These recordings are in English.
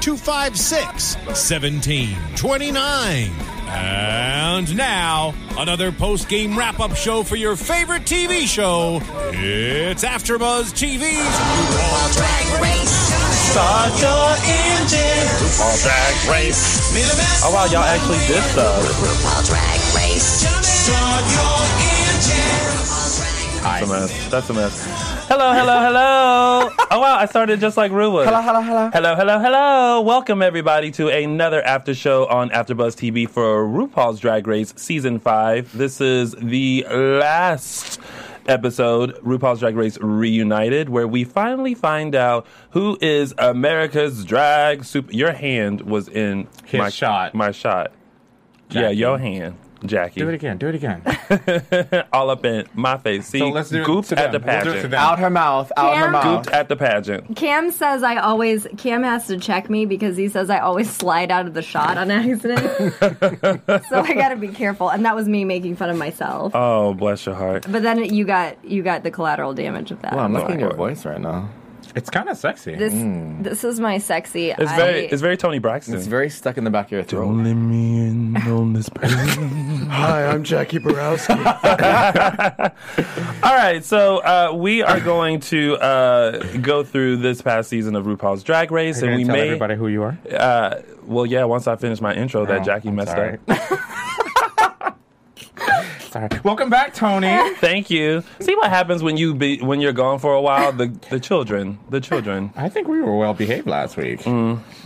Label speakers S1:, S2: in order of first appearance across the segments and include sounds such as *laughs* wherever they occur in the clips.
S1: 256 1729. And now, another post game wrap up show for your favorite TV show. It's AfterBuzz TV's.
S2: Start your engine. Oh wow, y'all actually did stuff. Start your engine. That's a mess. That's a mess. Hello, hello, *laughs* hello. oh wow, I started just like Rue would. Hello, hello, hello. Hello, hello, hello. Welcome everybody to another after show on AfterBuzz TV for RuPaul's Drag Race season five. This is the last episode, RuPaul's Drag Race Reunited, where we finally find out who is America's drag super. Your hand was in
S3: His
S2: my
S3: shot.
S2: My shot. Yeah, your hand, Jackie.
S3: Do it again. Do it again.
S2: All up in my face. See,
S3: So let's do it
S2: gooped
S3: to
S2: at the
S3: them. We'll do it to
S2: pageant.
S3: them.
S4: Out her mouth. Out her
S5: Cam?
S4: mouth.
S2: gooped at the pageant.
S5: Cam says I always Cam has to check me because he says I always slide out of the shot on accident.
S2: *laughs*
S5: so I got to be careful and that was me making fun of myself.
S2: Oh, bless your heart.
S5: but then you got you got the collateral damage of that.
S4: Well, I'm listening to your
S2: Lord.
S4: voice right now.
S3: It's kind of sexy.
S5: this this is my sexy.
S2: It's very, it's very Tony Braxton.
S4: It's very stuck in the back of your throat.
S2: me in on this pageant.
S4: *laughs* Hi, I'm Jackie
S2: *laughs*
S4: Borowski.
S2: All right, so uh, we are going to uh, go through this past season of RuPaul's Drag Race,
S3: You're
S2: and
S3: gonna
S2: we
S3: tell
S2: may.
S3: everybody who you are.
S2: Uh, well, yeah. Once I finish my intro, that
S3: Oh,
S2: Jackie
S3: I'm
S2: messed
S3: sorry.
S2: up.
S3: *laughs* Sorry. Welcome back, Tony.
S2: Thank you. See what happens when you be when you're gone for a while. The the children, the children.
S3: I think we were well behaved last week.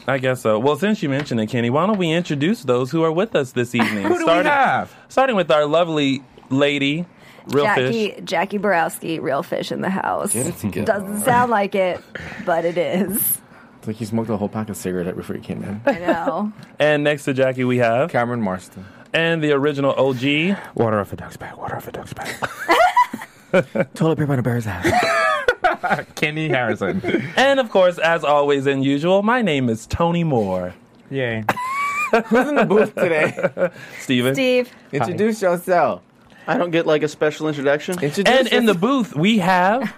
S2: I guess so. Well, since you mentioned it, Kenny, why don't we introduce those who are with us
S3: *laughs*
S2: this evening?
S3: Who do we have?
S2: Starting with our lovely lady, Real
S5: Jackie
S2: Fish.
S5: Jackie Borowski, real fish in the house.
S4: Get it together.
S5: Doesn't sound like it, but it is.
S4: it's like you smoked a whole pack of cigarette before you came in.
S2: *laughs*
S5: I know.
S2: And next to Jackie, we have
S4: Cameron Marston.
S2: and the original OG.
S3: Water off a duck's back. Water off a duck's
S4: *laughs*
S3: back.
S4: Toilet paper on a bear's ass.
S3: *laughs* Kenny Harrison.
S2: And of course, as always and usual, my name is Tony Moore.
S3: *laughs* Yay.
S4: Booth
S3: *laughs*
S4: today.
S2: Steven.
S5: Steve,
S4: Introduce yourself.
S6: I don't get like a special introduction.
S4: Introduce
S2: And in the booth, we have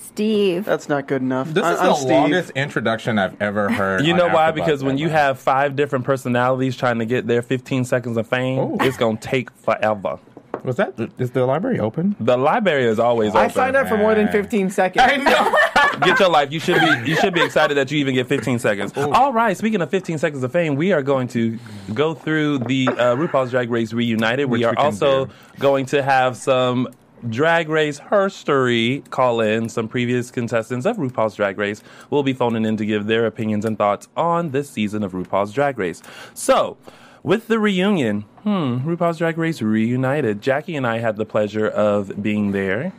S5: Steve.
S6: That's not good enough.
S3: This
S4: Uh,
S6: I-
S3: is
S6: I'm
S3: the
S6: Steve.
S3: longest introduction I've ever heard.
S2: You
S3: on
S2: know why?
S3: AfterBuzz
S2: Because when you
S3: ever.
S2: have five different personalities trying to get their 15 seconds of fame,
S3: Ooh.
S2: it's going to take forever.
S3: was that is the library open?
S2: The library is always
S4: I
S2: open.
S4: signed up for more than 15 seconds.
S3: I know.
S2: Get your life. You should be you should be excited that you even get 15 seconds. All right. Speaking of 15 seconds of fame, we are going to go through the uh, RuPaul's Drag Race reunited.
S3: Which
S2: we are
S3: we can
S2: also
S3: do.
S2: going to have some Drag Race herstory call in. Some previous contestants of RuPaul's Drag Race will be phoning in to give their opinions and thoughts on this season of RuPaul's Drag Race. So. With the reunion, hmm, RuPaul's Drag Race reunited. Jackie and I had the pleasure of being there.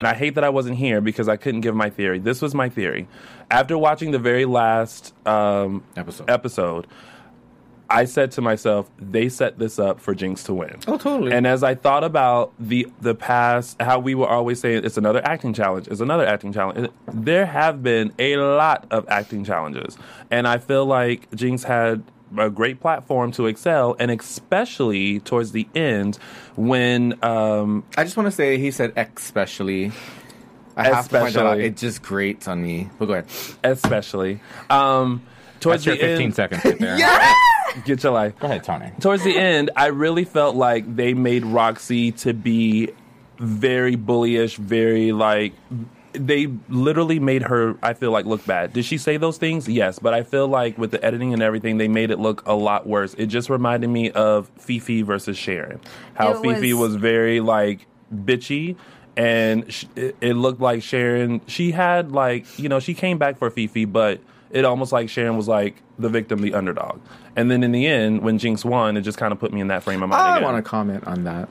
S2: And I hate that I wasn't here because I couldn't give my theory. This was my theory. After watching the very last um,
S3: Episode.
S2: episode, I said to myself, they set this up for Jinx to win.
S3: Oh, totally.
S2: And as I thought about the the past, how we were always saying it's another acting challenge, it's another acting challenge. There have been a lot of acting challenges, and I feel like Jinx had a great platform to excel, and especially towards the end when um,
S4: I just want to say he said especially. I have to point that out.
S2: Especially.
S4: It just grates on me. But go ahead.
S2: especially um, towards
S3: That's your
S2: the
S3: 15
S2: end,
S3: seconds
S4: *laughs*
S3: right there.
S2: *laughs* get your life.
S3: Go ahead, Tony.
S2: towards the end, I really felt like they made Roxy to be very bullyish, very like they literally made her I feel like look bad. Did she say those things? Yes, but I feel like with the editing and everything, they made it look a lot worse. It just reminded me of Fifi versus Sharon. How
S5: It
S2: Fifi
S5: was-
S2: was very like bitchy and sh- it it looked like Sharon she had like you know she came back for Fifi but it almost like Sharon was like the victim the underdog and then in the end when Jinx won it just kind of put me in that frame of mind
S4: I
S2: again.
S4: want to comment on that.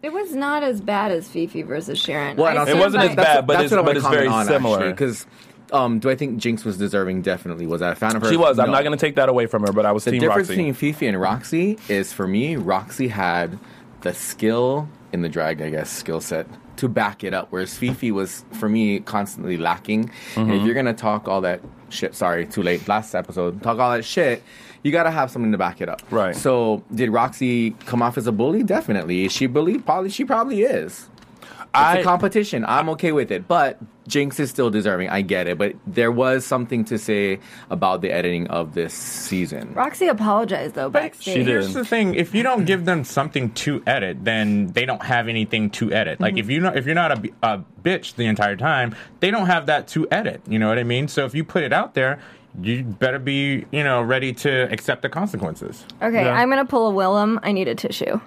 S5: It was not as bad as Fifi versus Sharon. I
S2: It
S5: stand
S2: wasn't
S5: by-
S2: as bad, but it's- but it's very similar.
S4: Because um, do I think Jinx was deserving? Definitely. Was I a fan of her?
S2: she was I'm
S4: No.
S2: not going to take that away from her but I was
S4: The
S2: team
S4: difference
S2: Roxy
S4: between Fifi and Roxy is for me, Roxy had the skill in the drag, I guess, skill set to back it up, whereas Fifi was for me constantly lacking. And
S2: Mm-hmm.
S4: if you're gonna talk all that shit, sorry, too late. Last episode, talk all that shit. You gotta have something to back it up.
S2: Right.
S4: So did Roxy come off as a bully? Definitely. Is she bullied? Probably. She probably is. It's a
S2: I
S4: competition. I'm okay with it, but Jinx is still deserving. I get it, but there was something to say about the editing of this season.
S5: Roxy apologized though backstage.
S2: She did.
S3: Here's the thing: if you don't give them something to edit, then they don't have anything to edit. Like
S7: Mm-hmm.
S3: if you not, if you're not a, b- a bitch the entire time, they don't have that to edit. You know what I mean? So if you put it out there, you better be you know ready to accept the consequences.
S5: Okay,
S2: Yeah.
S5: I'm gonna pull a Willem. I need a tissue.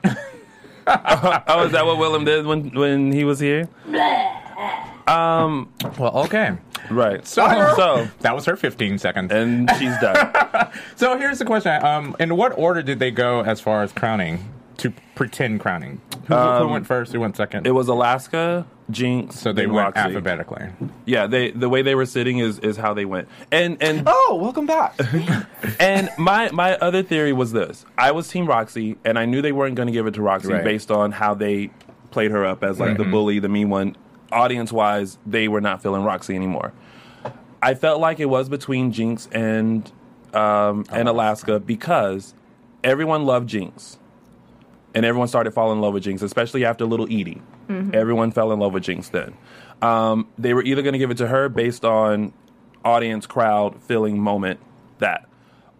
S2: oh is that what Willem did when when he was here Um,
S3: Well, okay.
S2: right
S3: So,
S2: so
S3: that was her 15 seconds.
S2: and she's done
S3: so here's the question: um, In what order did they go as far as crowning to pretend crowning? Who,
S2: Um,
S3: who went first? Who went second?
S2: it was Alaska Jinx
S3: so they
S2: then
S3: went
S2: Roxy.
S3: alphabetically.
S2: yeah they the way they were sitting is is how they went and and
S4: Oh, welcome back.
S2: And my my other theory was this: I was Team Roxy, and I knew they weren't going to give it to Roxy
S4: Right. Mm-hmm.
S2: based on how they played her up as like the bully, the mean one. Audience wise, they were not feeling Roxy anymore. I felt like it was between Jinx and um, and
S4: Oh.
S2: Alaska because everyone loved Jinx, and everyone started falling in love with Jinx, especially after Little Edie. Everyone fell in love with Jinx then. Um, they were either going to give it to her based on audience, crowd, feeling, moment, that,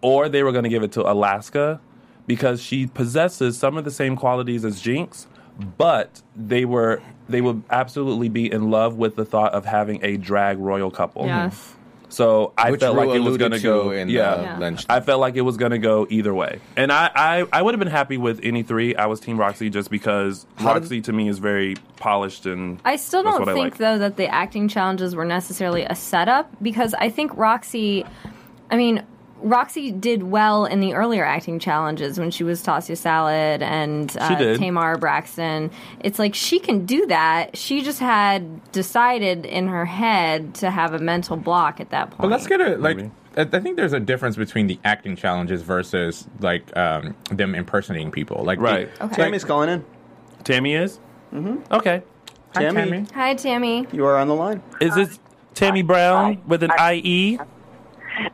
S2: or they were going to give it to Alaska because she possesses some of the same qualities as Jinx, but they were they would absolutely be in love with the thought of having a drag royal couple.
S5: Yes.
S2: So I
S4: Which
S2: felt
S4: Rue
S2: like it was
S4: alluded
S2: going to
S4: to
S2: go
S4: in uh,
S2: yeah.
S4: the
S5: Yeah.
S4: lunch.
S2: I felt like it was going to go either way, and I I, I would have been happy with any three. I was Team Roxy just because
S4: did-
S2: Roxy to me is very polished and
S5: I still
S2: that's
S5: don't
S2: what
S5: think
S2: like.
S5: though that the acting challenges were necessarily a setup because I think Roxy, I mean. Roxy did well in the earlier acting challenges when she was Tassia Salad and uh,
S2: did.
S5: Tamar Braxton. It's like she can do that. She just had decided in her head to have a mental block at that point.
S3: But *laughs* let's get it like.
S2: Maybe.
S3: I I think there's a difference between the acting challenges versus like um, them impersonating people. Like,
S2: Right.
S3: the-
S5: Okay.
S6: Tammy's calling in.
S2: Tammy is. Mm-hmm. Okay.
S3: Hi,
S6: Tammy.
S3: Tammy.
S5: Hi, Tammy.
S6: You are on the line.
S2: Is this Tammy Brown with an E? IE?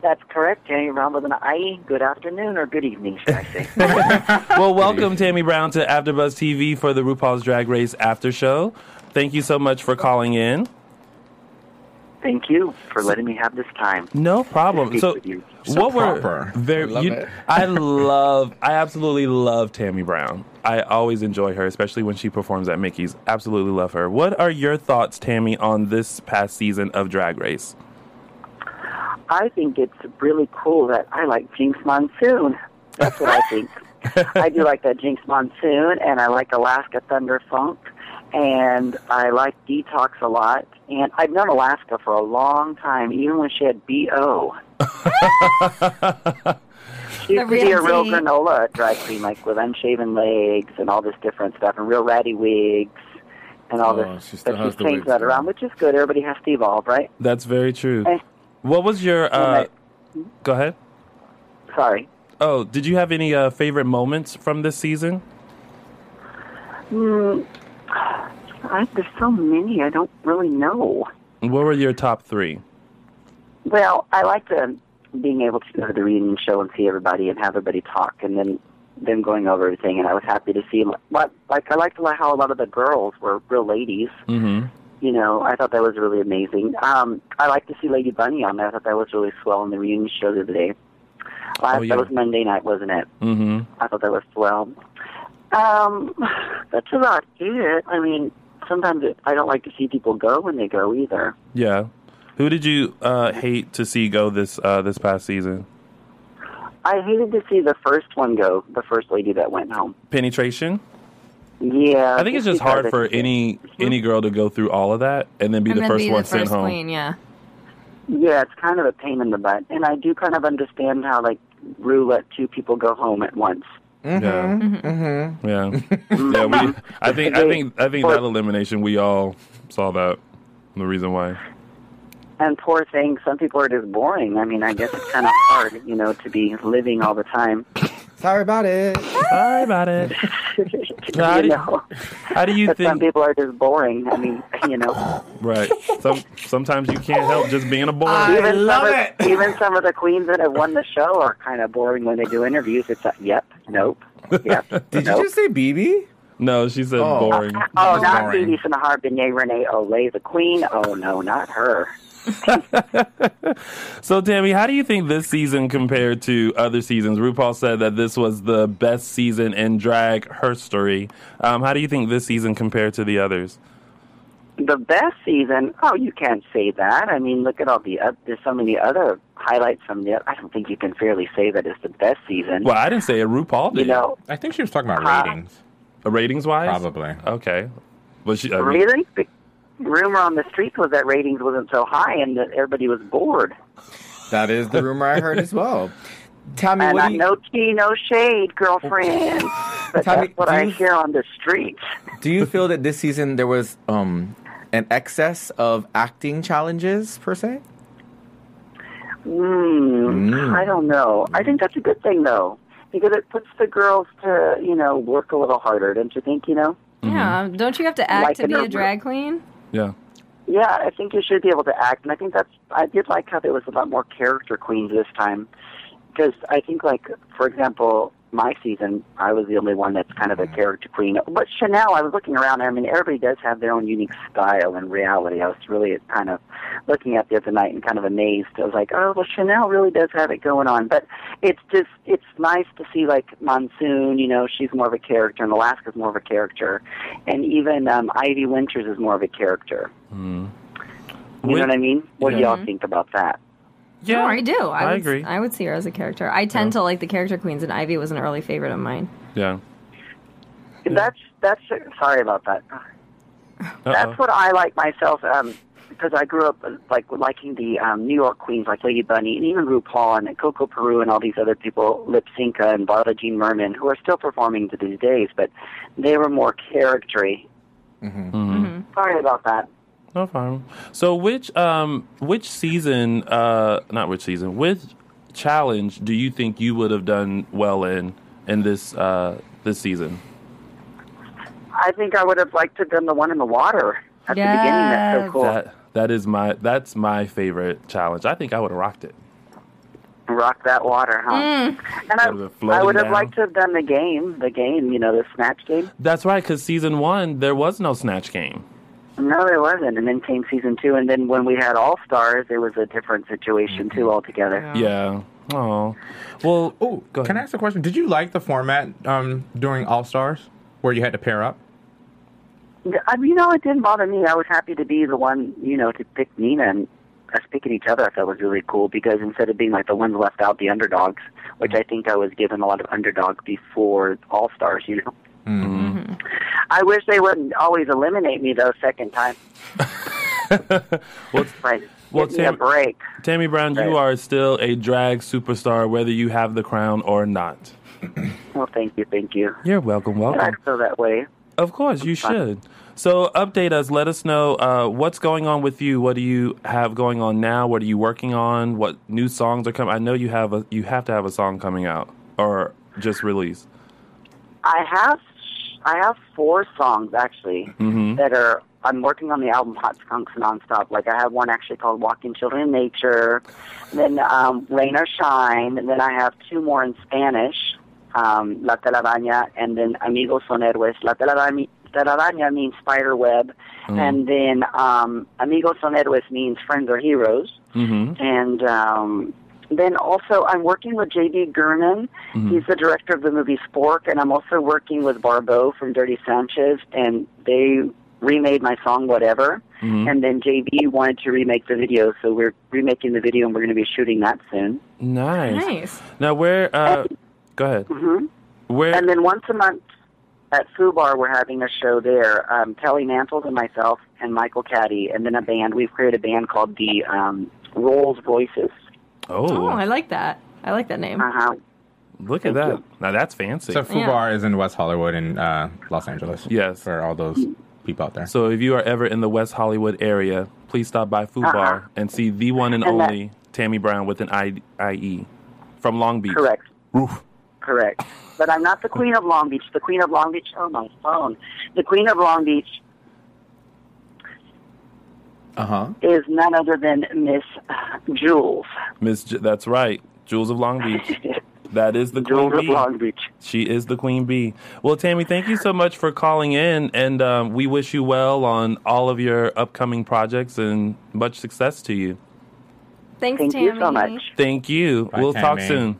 S7: That's correct, Jamie Brown with an IE. Good afternoon or good evening, should I
S4: *laughs*
S7: say.
S2: *laughs* Well, welcome Tammy Brown to AfterBuzz TV for the RuPaul's Drag Race After Show. Thank you so much for calling in.
S7: Thank you for letting me have this time.
S2: No problem.
S7: Speak
S2: So,
S7: with you.
S3: So
S2: what
S3: proper.
S2: were very?
S4: I love
S2: you-
S4: it.
S2: I love. I absolutely love Tammy Brown. I always enjoy her, especially when she performs at Mickey's. Absolutely love her. What are your thoughts, Tammy, on this past season of Drag Race?
S7: I think it's really cool that I like Jinx Monsoon. That's what I
S4: *laughs*
S7: think. I do like that Jinx Monsoon, and I like Alaska Thunder Funk, and I like Detox a lot. And I've known Alaska for a long time, even when she
S4: *laughs*
S7: had BO. she used to be a real
S5: realty.
S7: granola at drag queen, like with unshaven legs and all this different stuff, and real ratty wigs and all
S4: Oh,
S7: this.
S4: she still
S7: but
S4: has
S7: she's
S4: the
S7: changed
S4: wigs,
S7: that
S4: though.
S7: around, which is good. Everybody has to evolve, right?
S2: That's very true.
S7: Eh.
S2: What was your? Uh, go ahead.
S7: Sorry.
S2: Oh, did you have any uh, favorite moments from this season?
S7: I, there's so many I don't really know.
S2: What were your top three?
S7: Well, I like the being able to go to the reunion show and see everybody and have everybody talk, and then them going over everything. And I was happy to see what like I liked like how a lot of the girls were real ladies.
S2: Mm-hmm.
S7: You know, I thought that was really amazing. Um, I like to see Lady Bunny on there. I thought that was really swell in the reunion show the other day. Last,
S2: Oh, yeah.
S7: That was Monday night, wasn't it?
S2: Mm-hmm.
S7: I thought that was swell. Um, *sighs* that's about it. I mean, sometimes it, I don't like to see people go when they go either.
S2: Yeah. Who did you uh, hate to see go this uh, this past season?
S7: I hated to see the first one go, the first lady that went home.
S2: Penetration.
S7: Yeah.
S2: I think it's just hard
S7: because
S2: for
S7: it's-
S2: any any girl to go through all of that and then be
S5: And
S2: the
S5: then
S2: first
S5: be
S2: one
S5: the
S2: sent
S5: first
S2: home.
S5: queen, yeah.
S7: Yeah, it's kind of a pain in the butt. And I do kind of understand how, like, Rue let two people go home at once.
S4: Mm-hmm.
S5: Mm-hmm.
S2: Yeah,
S5: *laughs*
S2: yeah. yeah we, I think I think I think that elimination we all saw that. The reason why.
S7: And poor thing, some people are just boring. I mean, I guess
S2: *laughs*
S7: it's kind of hard, you know, to be living all the time. *laughs*
S4: Sorry about
S3: *laughs*
S4: it.
S2: Sorry about it. How do *laughs* you-
S7: you know,
S2: How do you
S7: but some
S2: think?
S7: people are just boring. I mean, *laughs* you know,
S2: Right. Some sometimes you can't help just being a boy.
S5: Uh,
S7: even some
S2: *laughs*
S7: of, even some of the queens that have won the show are kind of boring when they do interviews. It's like, yep, nope,
S2: *laughs*
S7: yep.
S4: Did
S7: nope.
S4: you just say BB?
S2: No, she said
S4: Oh.
S5: *laughs*
S2: boring.
S7: Oh,
S4: That's
S7: not
S4: boring.
S7: Phoebe Sinahar, Benet Renee Olay, the queen. Oh, no, not her.
S2: So Tammy, how do you think this season compared to other seasons? RuPaul said that this was the best season in drag history. Um, how do you think this season compared to the others?
S7: The best season. Oh, you can't say that. I mean, look at all the up. There's so many other highlights from the. I don't think you can fairly say that it's the best season.
S2: Well, I didn't say it. RuPaul did.
S7: you know,
S3: I think she was talking about
S7: Huh?
S3: ratings,
S2: ratings wise,
S3: probably.
S2: Okay, but she. uh, I mean,
S7: really. The rumor on the street was that ratings wasn't so high and that everybody was bored.
S4: That is the rumor I heard as well. Tammy,
S7: And
S4: what
S7: I
S4: do you,
S7: no tea, no shade, girlfriend. but
S4: Tommy,
S7: that's what
S4: do
S7: I
S4: you-
S7: hear on the streets.
S4: do you feel that this season there was um, an excess of acting challenges per se?
S7: Mm, I don't know. I think that's a good thing though, because it puts the girls to you know work a little harder, don't you think? You know.
S2: Mm-hmm.
S5: Yeah. Don't you have to act
S7: Like
S5: to be
S7: another-
S5: a drag queen?
S2: yeah.
S7: Yeah, I think you should be able to act, and I think that's. I did like how there was a lot more character queens this time, because I think, like for example, my season, I was the only one that's kind of a character queen. But Chanel, I was looking around. I mean, everybody does have their own unique style and reality. I was really kind of looking at the other night and kind of amazed. I was like, oh, well, Chanel really does have it going on. But it's just, it's nice to see like Monsoon. You know, she's more of a character, and Alaska's more of a character, and even um, Ivy Winters is more of a character. You know what I mean? What do y'all think about that?
S2: Yeah,
S5: No, Oh, I do. I,
S2: I
S5: would,
S2: agree.
S5: I would see her as a character. I tend to like the character queens, and Ivy was an early favorite of mine.
S2: Yeah.
S7: That's that's sorry about that.
S2: Uh-huh.
S7: That's what I like myself um, because I grew up uh, like liking the um, New York queens like Lady Bunny and even RuPaul and Coco Peru and all these other people, Lipsinka and Barla Jean Merman, who are still performing to these days, but they were more charactery. Sorry about that.
S2: No problem. So, which um, which season? Uh, not which season. Which challenge do you think you would have done well in in this uh this season?
S7: I think I would have liked to have done the one in the water at the beginning. That's so
S5: Yes.
S7: cool,
S2: That that is my that's my favorite challenge. I think I would have rocked it.
S7: rock that water, huh?
S2: Would've been
S7: And I,
S2: floating
S7: I would have
S2: down.
S7: liked to have done the game, the game, you know, the snatch game.
S2: That's right, because season one there was no snatch game.
S7: No, there wasn't. And then came season two, and then when we had All Stars, it was a different situation too altogether.
S2: Yeah. Oh. Well,
S3: oh,
S2: go
S3: Can I ask a question? Did you like the format um, during All Stars where you had to pair up?
S7: I mean, you know, it didn't bother me. I was happy to be the one, you know, to pick Nina and us picking each other. I thought was really cool because instead of being like the ones left out, the underdogs, which
S2: Mm-hmm.
S7: I think I was given a lot of underdog before All Stars. You know,
S2: Mm-hmm.
S7: I wish they wouldn't always eliminate me though second time.
S2: *laughs* Well,
S7: Like,
S2: Well,
S7: give me a
S2: Tim-
S7: break.
S2: Tammy Brown, you are still a drag superstar, whether you have the crown or not.
S7: Well, thank you, thank you.
S2: You're welcome.
S7: And I
S2: Welcome.
S7: feel that way.
S2: Of course, you should. So, update us. Let us know uh, what's going on with you. What do you have going on now? What are you working on? What new songs are coming? I know you have a you have to have a song coming out or just released.
S7: I have I have four songs actually that are I'm working on the album Hot Skunks nonstop. Like I have one actually called Walking Children in Nature, then um, Rain or Shine, and then I have two more in Spanish, um, La Telaraña, and then Amigos Son Héroes. La Telaraña, telaraña means spider web, and then um, Amigos Son Héroes means friends or heroes. And um, then also, I'm working with J.D. Gurnan. He's the director of the movie Spork, and I'm also working with Barbeau from Dirty Sanchez, and they remade my song Whatever. And then J.D. wanted to remake the video, so we're remaking the video, and we're going to be shooting that soon.
S2: Nice.
S5: Nice.
S2: Now, where? Uh, go ahead. Where?
S7: Mm-hmm. And then once a month at Fubar, we're having a show there. Um, Kelly Mantles and myself and Michael Caddy, and then a band. We've created a band called the um, Rolls Royces.
S5: Oh,
S2: oh,
S5: I like that. I like that name.
S7: Uh-huh.
S2: look at that. Now that's fancy.
S3: So
S2: So,
S3: Fubar is in West Hollywood in uh, Los Angeles.
S2: Yes.
S3: For all those people out there.
S2: if you are ever in the West Hollywood area, please stop by Food Bar and see the one and,
S7: Uh-uh. And that-
S2: only Tammy Brown with an I- IE from Long Beach.
S7: Correct. Correct. But I'm not the queen of Long Beach. The queen of Long Beach. Oh, my phone. The queen of Long Beach
S4: Uh huh.
S7: is none other than Miss Jules.
S2: Miss, J- that's right, Jules of Long
S7: *laughs*
S2: Beach. That is the
S7: Jules
S2: queen
S7: of
S2: bee.
S7: Long Beach.
S2: She is the queen bee. Well, Tammy, thank you so much for calling in, and um, we wish you well on all of your upcoming projects and much success to you.
S5: Thanks,
S7: Thank
S5: Tammy.
S7: you so much.
S2: Thank you.
S3: Bye,
S2: we'll talk
S3: Tammy.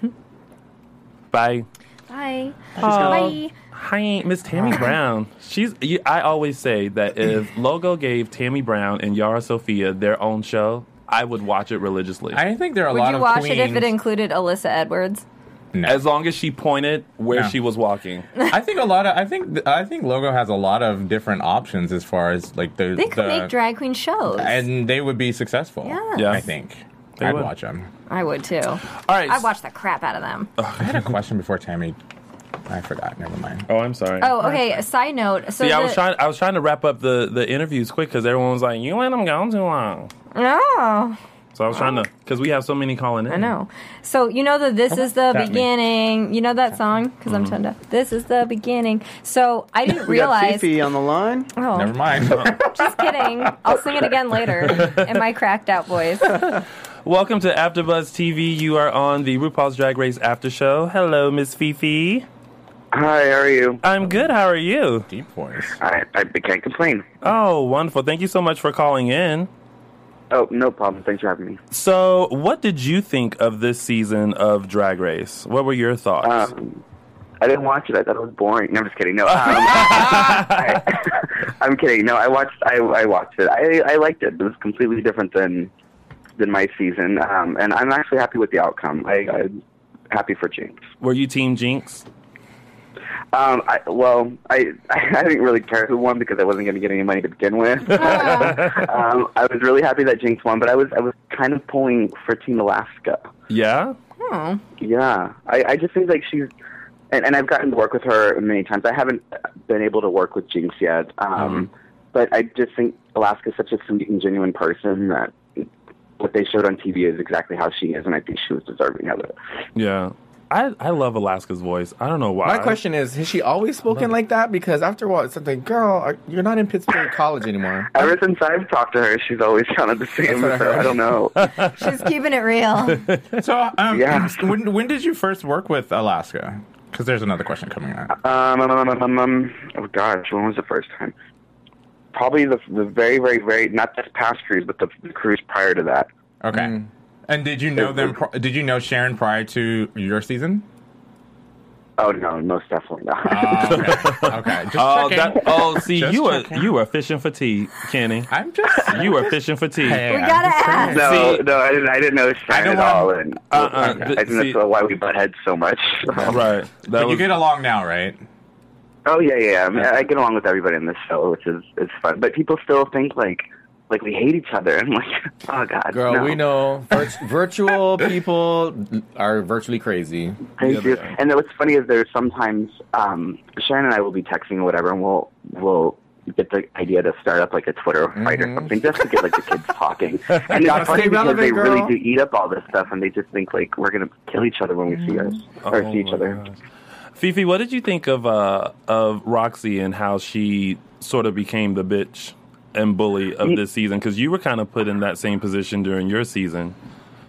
S2: soon.
S3: *laughs*
S2: Bye.
S5: Bye.
S2: Oh,
S5: Bye.
S2: hi, Miss Tammy Brown. She's. You, I always say that if Logo gave Tammy Brown and Yara Sophia their own show, I would watch it religiously.
S3: I think there are a
S5: Would
S3: lot
S5: you
S3: of
S5: watch
S3: queens.
S5: it if it included Alyssa Edwards?
S2: as long as she pointed where
S3: No.
S2: she was walking.
S3: I think a lot of I think th- I think Logo has a lot of different options as far as like the
S5: They could
S3: the
S5: make drag queen shows.
S3: and they would be successful.
S5: Yeah.
S2: Yeah.
S3: I think
S2: They
S3: I'd
S2: would.
S3: watch them.
S5: I would too.
S2: All right.
S5: I watched the crap out of them.
S2: Oh,
S3: I had a question before Tammy. I forgot. Never mind.
S2: Oh, I'm sorry.
S5: Oh, okay. A side note. So
S2: See, I
S5: the-
S2: was trying. I was trying to wrap up the the interviews quick because everyone was like, "You let them go too long."
S5: No,
S2: So I was trying to because we have so many calling in.
S5: Oh. I know. So you know that this is the
S3: Tap me.
S5: beginning. You know that song because I'm turned up. This is the beginning. So I didn't
S6: We got
S5: realize.
S6: Fifi on the line.
S5: Oh,
S4: *laughs*
S3: Never mind.
S5: just kidding. I'll sing it again later in my cracked out voice.
S2: Welcome to AfterBuzz TV. You are on the RuPaul's Drag Race After Show. Hello, Miss Fifi.
S7: Hi, how are you?
S2: I'm good. How are you?
S3: Deep voice.
S7: I, I can't complain.
S2: Oh, wonderful. Thank you so much for calling in.
S7: Oh, no problem. Thanks for having me.
S2: So, what did you think of this season of Drag Race? What were your thoughts?
S7: Um, I didn't watch it. I thought it was boring. No, I'm just kidding. No, um, *laughs* I, am kidding. No, I watched. I, I watched it. I, I liked it. It was completely different than than my season, um, and I'm actually happy with the outcome. I, I'm happy for Jinx.
S2: were you Team Jinx?
S7: Um, I, well, I *laughs* I didn't really care who won because I wasn't going to get any money to begin with. *laughs* um, I was really happy that Jinx won, but I was I was kind of pulling for Team Alaska.
S2: Yeah.
S5: Oh,
S7: Yeah, I, I just think like she's, and, and I've gotten to work with her many times. I haven't been able to work with Jinx yet, um, but I just think Alaska's such a sweet and genuine person that what they showed on TV is exactly how she is, and I think she was deserving of it.
S2: Yeah. I, I love Alaska's voice. I don't know why.
S4: My question is: Has she always spoken like that? Because after a while, it's like, girl, are, you're not in Pittsburgh College anymore.
S7: Ever since I've talked to her, she's always sounded the
S4: That's
S7: same.
S4: what I
S7: so I,
S4: heard.
S7: don't know.
S5: she's keeping it real.
S3: *laughs* So, um,
S7: Yeah.
S3: *laughs* when when did you first work with Alaska?
S4: Uh,
S3: Because there's another question coming up.
S7: um, um, um, um, um, um, oh gosh, when was the first time? probably the, the very, very, very not this past cruise, but the, the cruise prior to that.
S3: Okay.
S4: mm.
S3: And did you know them? pri- Did you know Sharon prior to your
S4: *laughs*
S3: season?
S7: Oh no, most definitely not.
S4: Oh,
S3: Okay. Just
S2: Oh,
S3: checking.
S2: that, oh, see,
S3: Just
S2: you were
S3: checking.
S2: you were fishing for tea, Kenny.
S3: I'm just.
S2: You were fishing for tea.
S3: Hey,
S5: We
S3: I'm
S5: gotta
S3: just saying.
S5: ask.
S7: no, no, I didn't. I didn't know Sharon
S3: don't
S7: at
S3: want-
S7: all, and
S4: uh,
S2: Uh-uh, th-
S7: I think
S2: see-
S7: that's why we butt heads so
S4: *laughs*
S7: much.
S2: Right. That
S3: But you
S2: was,
S3: get along now, right?
S7: Oh yeah, yeah. yeah. I, mean, I get along with everybody in this show, which is is fun. But people still think like like we hate each other. *laughs* and I'm like, oh god,
S4: Girl,
S7: no.
S4: we know virt- virtual people are virtually crazy.
S7: Thank
S4: Yeah,
S7: you.
S4: they are.
S7: And then what's funny is there's sometimes um, Sharon and I will be texting or whatever, and we'll we'll get the idea to start up like a Twitter fight or something just to get like
S4: *laughs*
S7: the kids talking. And
S4: Mm-hmm. Gotta
S7: it's funny
S4: stay
S7: because
S4: relevant,
S7: they
S4: girl.
S7: really do eat up all this stuff, and they just think like we're gonna kill each other when we see us
S4: Mm-hmm.
S7: or see
S4: Oh,
S7: each
S2: my
S7: other.
S2: gosh. Fifi, what did you think of uh, of Roxy and how she sort of became the bitch and bully of this season? Because you were kind of put in that same position during your season.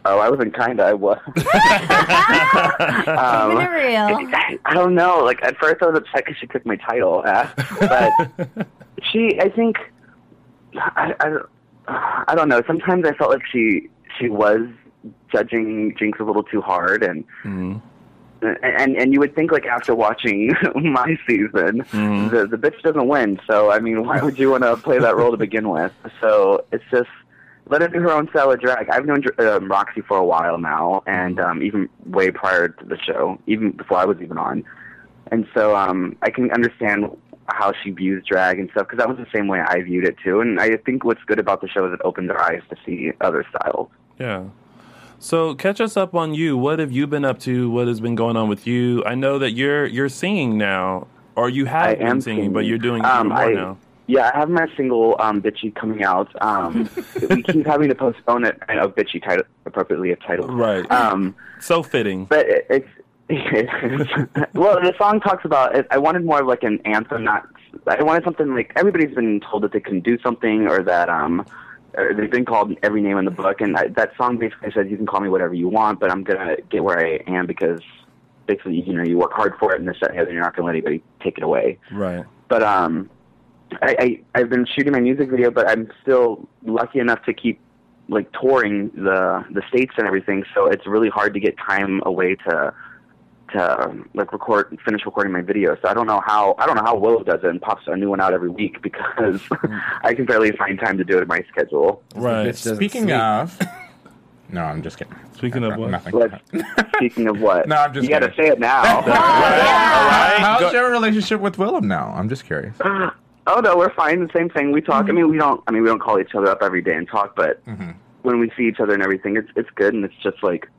S7: Oh, I wasn't kinda. I was.
S5: *laughs* Keeping it real.
S7: I, *laughs* I don't know. Like at first, I was upset because she took my title, uh, but she, I think, I, I, I don't know. Sometimes I felt like she she was judging Jinx a little too hard, and and and you would think like after watching *laughs* my season, the the bitch doesn't win. So I mean, why would you want to play that role to begin with? So it's just. Let her do her own style of drag. I've known um, Roxy for a while now, and um, even way prior to the show, even before I was even on. And so um, I can understand how she views drag and stuff because that was the same way I viewed it too. And I think what's good about the show is it opens our eyes to see other styles.
S2: Yeah. So catch us up on you. What have you been up to? What has been going on with you? I know that you're you're singing now, or you have
S7: I
S2: been
S7: am
S2: singing, but you're doing it
S7: um,
S2: even more
S7: I,
S2: now.
S7: Yeah, I have my single um, "Bitchy" coming out.
S2: *laughs*
S7: Um, we keep having to postpone it. I know "Bitchy" title appropriately a title.
S2: Right.
S7: Um,
S2: So fitting.
S7: but it, it's, *laughs* well, the song talks about. It, I wanted more of like an anthem, not. I wanted something like everybody's been told that they can do something, or that um, or they've been called every name in the book, and I, that song basically says you can call me whatever you want, but I'm gonna get where I am because basically you know you work hard for it, and this that, and the other, and you're not gonna let anybody take it away
S2: Right.
S7: but um, I, I I've been shooting my music video, but I'm still lucky enough to keep like touring the the states and everything. So it's really hard to get time away to to um, like record finish recording my video. So I don't know how I don't know how Willow does it and pops a new one out every week because *laughs* I can barely find time to do it in my schedule.
S2: Right.
S4: Bitch doesn't
S3: Speaking
S4: sleep.
S3: of. No, I'm just kidding.
S2: Speaking of what?
S3: Nothing.
S7: But speaking of
S3: *laughs*
S7: what,
S3: No, I'm just
S7: you got to
S3: kidding.
S7: say
S3: *laughs*
S7: it now.
S3: How's
S2: Go-
S3: your relationship with Willem now? I'm just curious.
S7: Oh no, we're fine. The same thing. We talk. I mean, we don't. I mean, we don't call each other up every day and talk, but when we see each other and everything, it's it's good, and it's just like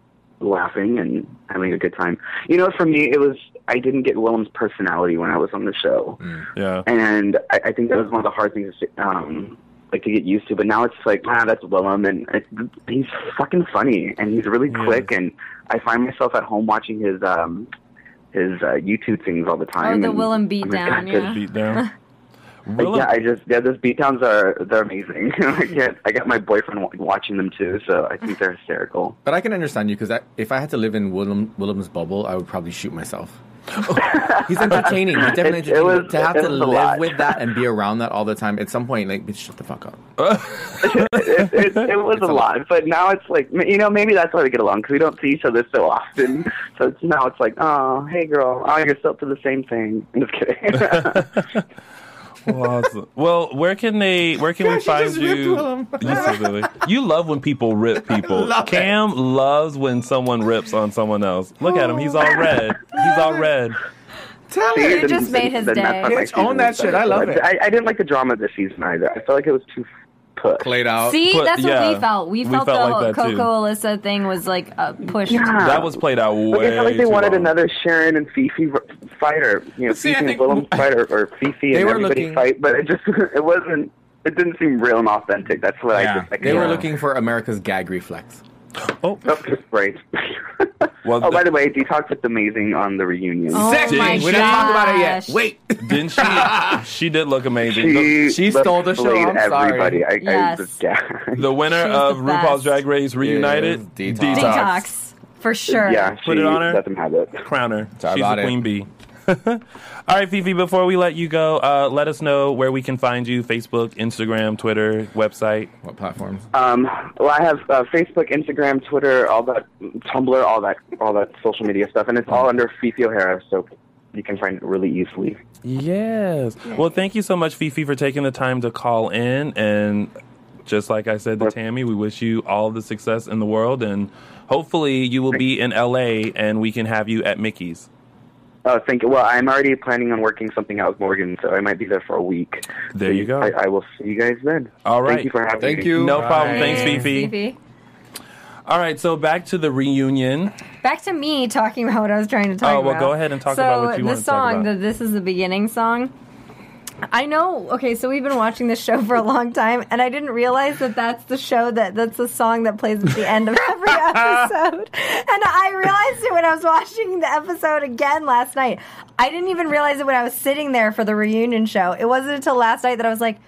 S7: laughing and having a good time. You know, for me, it was I didn't get Willem's personality when I was on the show,
S2: Yeah.
S7: and I, I think that was one of the hard things to, um, like to get used to. But now it's like, ah, that's Willem, and it, he's fucking funny, and he's really quick, and I find myself at home watching his um his uh, YouTube things all the time.
S5: the
S7: and
S5: Willem
S7: I'm
S5: beat
S7: like,
S5: down,
S7: God, this-
S5: yeah.
S4: *laughs*
S2: Beat down.
S7: like,
S2: Really?
S7: yeah, I just yeah, those beatdowns are they're amazing. *laughs* I get I got my boyfriend wa- watching them too, so I think they're hysterical.
S4: But I can understand you because if I had to live in Willem, Willem's bubble, I would probably shoot
S3: *laughs*
S4: myself. He's entertaining. He's definitely
S7: It- it
S4: entertaining.
S7: was-
S4: to have
S7: it
S4: to
S7: was a
S4: live
S7: lot.
S4: with that and be around that all the time, at some point, like, bitch, shut the fuck up.
S7: It, it, it was a lot, but now it's like m- you know maybe that's why we get along because we don't see each other so often. So it's, now it's like oh hey girl, oh you're still up to the same thing. *laughs* I'm just kidding.
S2: Awesome. well, where can they? Where can we
S4: she
S2: find
S4: just ripped
S2: you?
S4: Willem.
S2: You so silly. You love when people
S4: *laughs*
S2: rip people.
S4: Love it.
S2: Cam loves when someone rips on someone else. Look at him. He's
S4: Oh.
S2: all red. He's all red.
S7: *laughs*
S4: Tell
S7: See,
S4: her.
S7: then-
S5: just made his
S7: then that's
S5: day.
S7: why my
S4: Bitch, own
S7: season
S4: that
S7: was
S4: shit.
S7: better.
S4: I love it.
S7: I, I didn't like the drama this season either. I felt like it was too push.
S4: Played
S3: Uh,
S4: out.
S5: See,
S2: But,
S5: that's what
S2: yeah,
S5: we felt. We
S2: we
S5: felt,
S2: felt
S5: the
S2: like that,
S5: Coco
S2: too.
S5: Alyssa thing was like uh, pushed.
S7: Yeah.
S2: That was played out
S7: But
S2: way.
S7: they felt like they
S2: too
S7: wanted
S2: long.
S7: another Sharon and Fifi r- fight, or you know,
S3: see, I
S7: Fifi
S3: think-
S7: and Willem fight, or, or Fifi
S4: They
S7: and
S4: were
S7: everybody
S4: looking-
S7: fight. But it just *laughs* it wasn't. It didn't seem real and authentic. That's what
S3: Yeah.
S7: I just. I
S4: They were
S7: can't-
S4: looking for America's gag reflex.
S2: Oh,
S7: Oh, *laughs* right.
S2: Well,
S7: oh,
S2: the-
S7: by the way, Detox looked amazing on the reunion.
S5: Oh
S4: Sexy.
S5: my
S4: we didn't talk about it yet.
S5: gosh.
S4: Wait.
S2: didn't she? she did look amazing. The,
S4: she stole the show,
S7: played
S4: I'm sorry.
S7: everybody. I,
S5: Yes.
S7: I was gagged.
S2: the winner
S5: She's the
S2: of RuPaul's
S5: best.
S2: Drag Race Reunited.
S4: Detox.
S5: Detox, for sure.
S7: yeah, she *laughs*
S2: Put it on her.
S7: let them have it.
S2: Crowner.
S4: Sorry
S2: She's
S4: about
S2: a
S4: it.
S2: queen bee. *laughs* All right, Fifi, before we let you go, uh, let us know where we can find you Facebook, Instagram, Twitter, website.
S4: What platforms?
S7: Um, well, I have uh, Facebook, Instagram, Twitter, all that, Tumblr, all that, all that social media stuff, and it's all under Fifi O'Hara, so you can find it really easily.
S2: Yes. Well, thank you so much, Fifi, for taking the time to call in. And just like I said to Tammy, we wish you all the success in the world. And hopefully, you will be in LA and we can have you at Mickey's.
S7: Oh, thank you. Well, I'm already planning on working something out with Morgan, so I might be there for a week.
S2: There you go.
S7: I, I will see you guys then.
S2: All right.
S7: Thank you for having me.
S2: No problem. Thanks, Fifi.
S5: Fifi.
S2: All right. So back to the reunion.
S5: Back to me talking about what I was trying to talk
S2: Oh,
S5: about.
S2: well, go ahead and talk
S5: so
S2: about what you
S5: the
S2: wanted to talk
S5: song,
S2: about.
S5: The This Is the Beginning song. I know. Okay, so we've been watching this show for a long time, and I didn't realize that that's the show that that's the song that plays at the end of
S2: *laughs*
S5: every episode. And I realized it when I was watching the episode again last night. I didn't even realize it when I was sitting there for the reunion show. It wasn't until last night that I was like,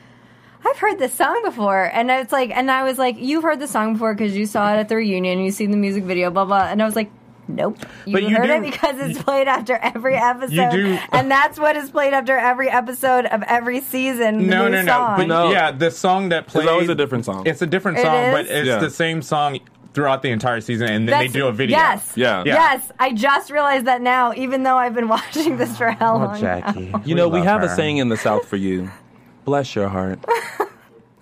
S5: I've heard this song before, and it's like, and I was like, you've heard the song before because you saw it at the reunion, you seen the music video, blah blah, and I was like. Nope, you,
S3: But you
S5: heard it
S3: do-
S5: because it's played after every episode,
S3: do-
S5: and that's what is played after every episode of every season.
S3: No,
S5: the
S3: no,
S5: new
S3: no.
S5: song.
S3: But
S2: No.
S3: yeah, the song that plays
S2: It's always a different song.
S3: It's a different
S5: It
S3: song,
S5: is?
S3: but it's
S2: Yeah.
S3: the same song throughout the entire season, and then
S5: That's-
S3: they do a video.
S5: Yes,
S2: Yeah. Yeah.
S5: yes. I just realized that now, even though I've been *laughs* watching this for how long?
S2: You know, we
S3: love
S2: have a
S3: her.
S2: saying in the South for you bless your
S3: *laughs*
S2: heart.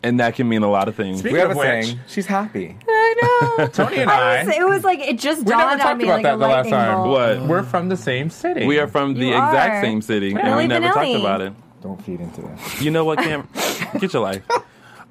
S2: and that can mean a lot of things.
S3: Speak-
S4: We have a
S3: Speaking of which-
S4: saying. She's happy.
S5: I know.
S3: *laughs* Tony and
S5: I
S3: I.
S5: was, it was like it just
S3: we never
S5: dawned on
S3: talked
S5: me
S3: about
S5: like
S3: that
S5: a
S3: the last
S5: lightning
S3: time.
S5: bolt.
S4: Uh,
S2: What?
S3: Uh, We're from the same city.
S2: We are from the
S5: You
S2: exact
S5: are.
S2: same city, and
S5: Really
S2: we never
S5: vanilla-y.
S2: talked about it.
S4: Don't feed into that.
S2: You know
S4: *laughs*
S2: what, Cam? Get your life.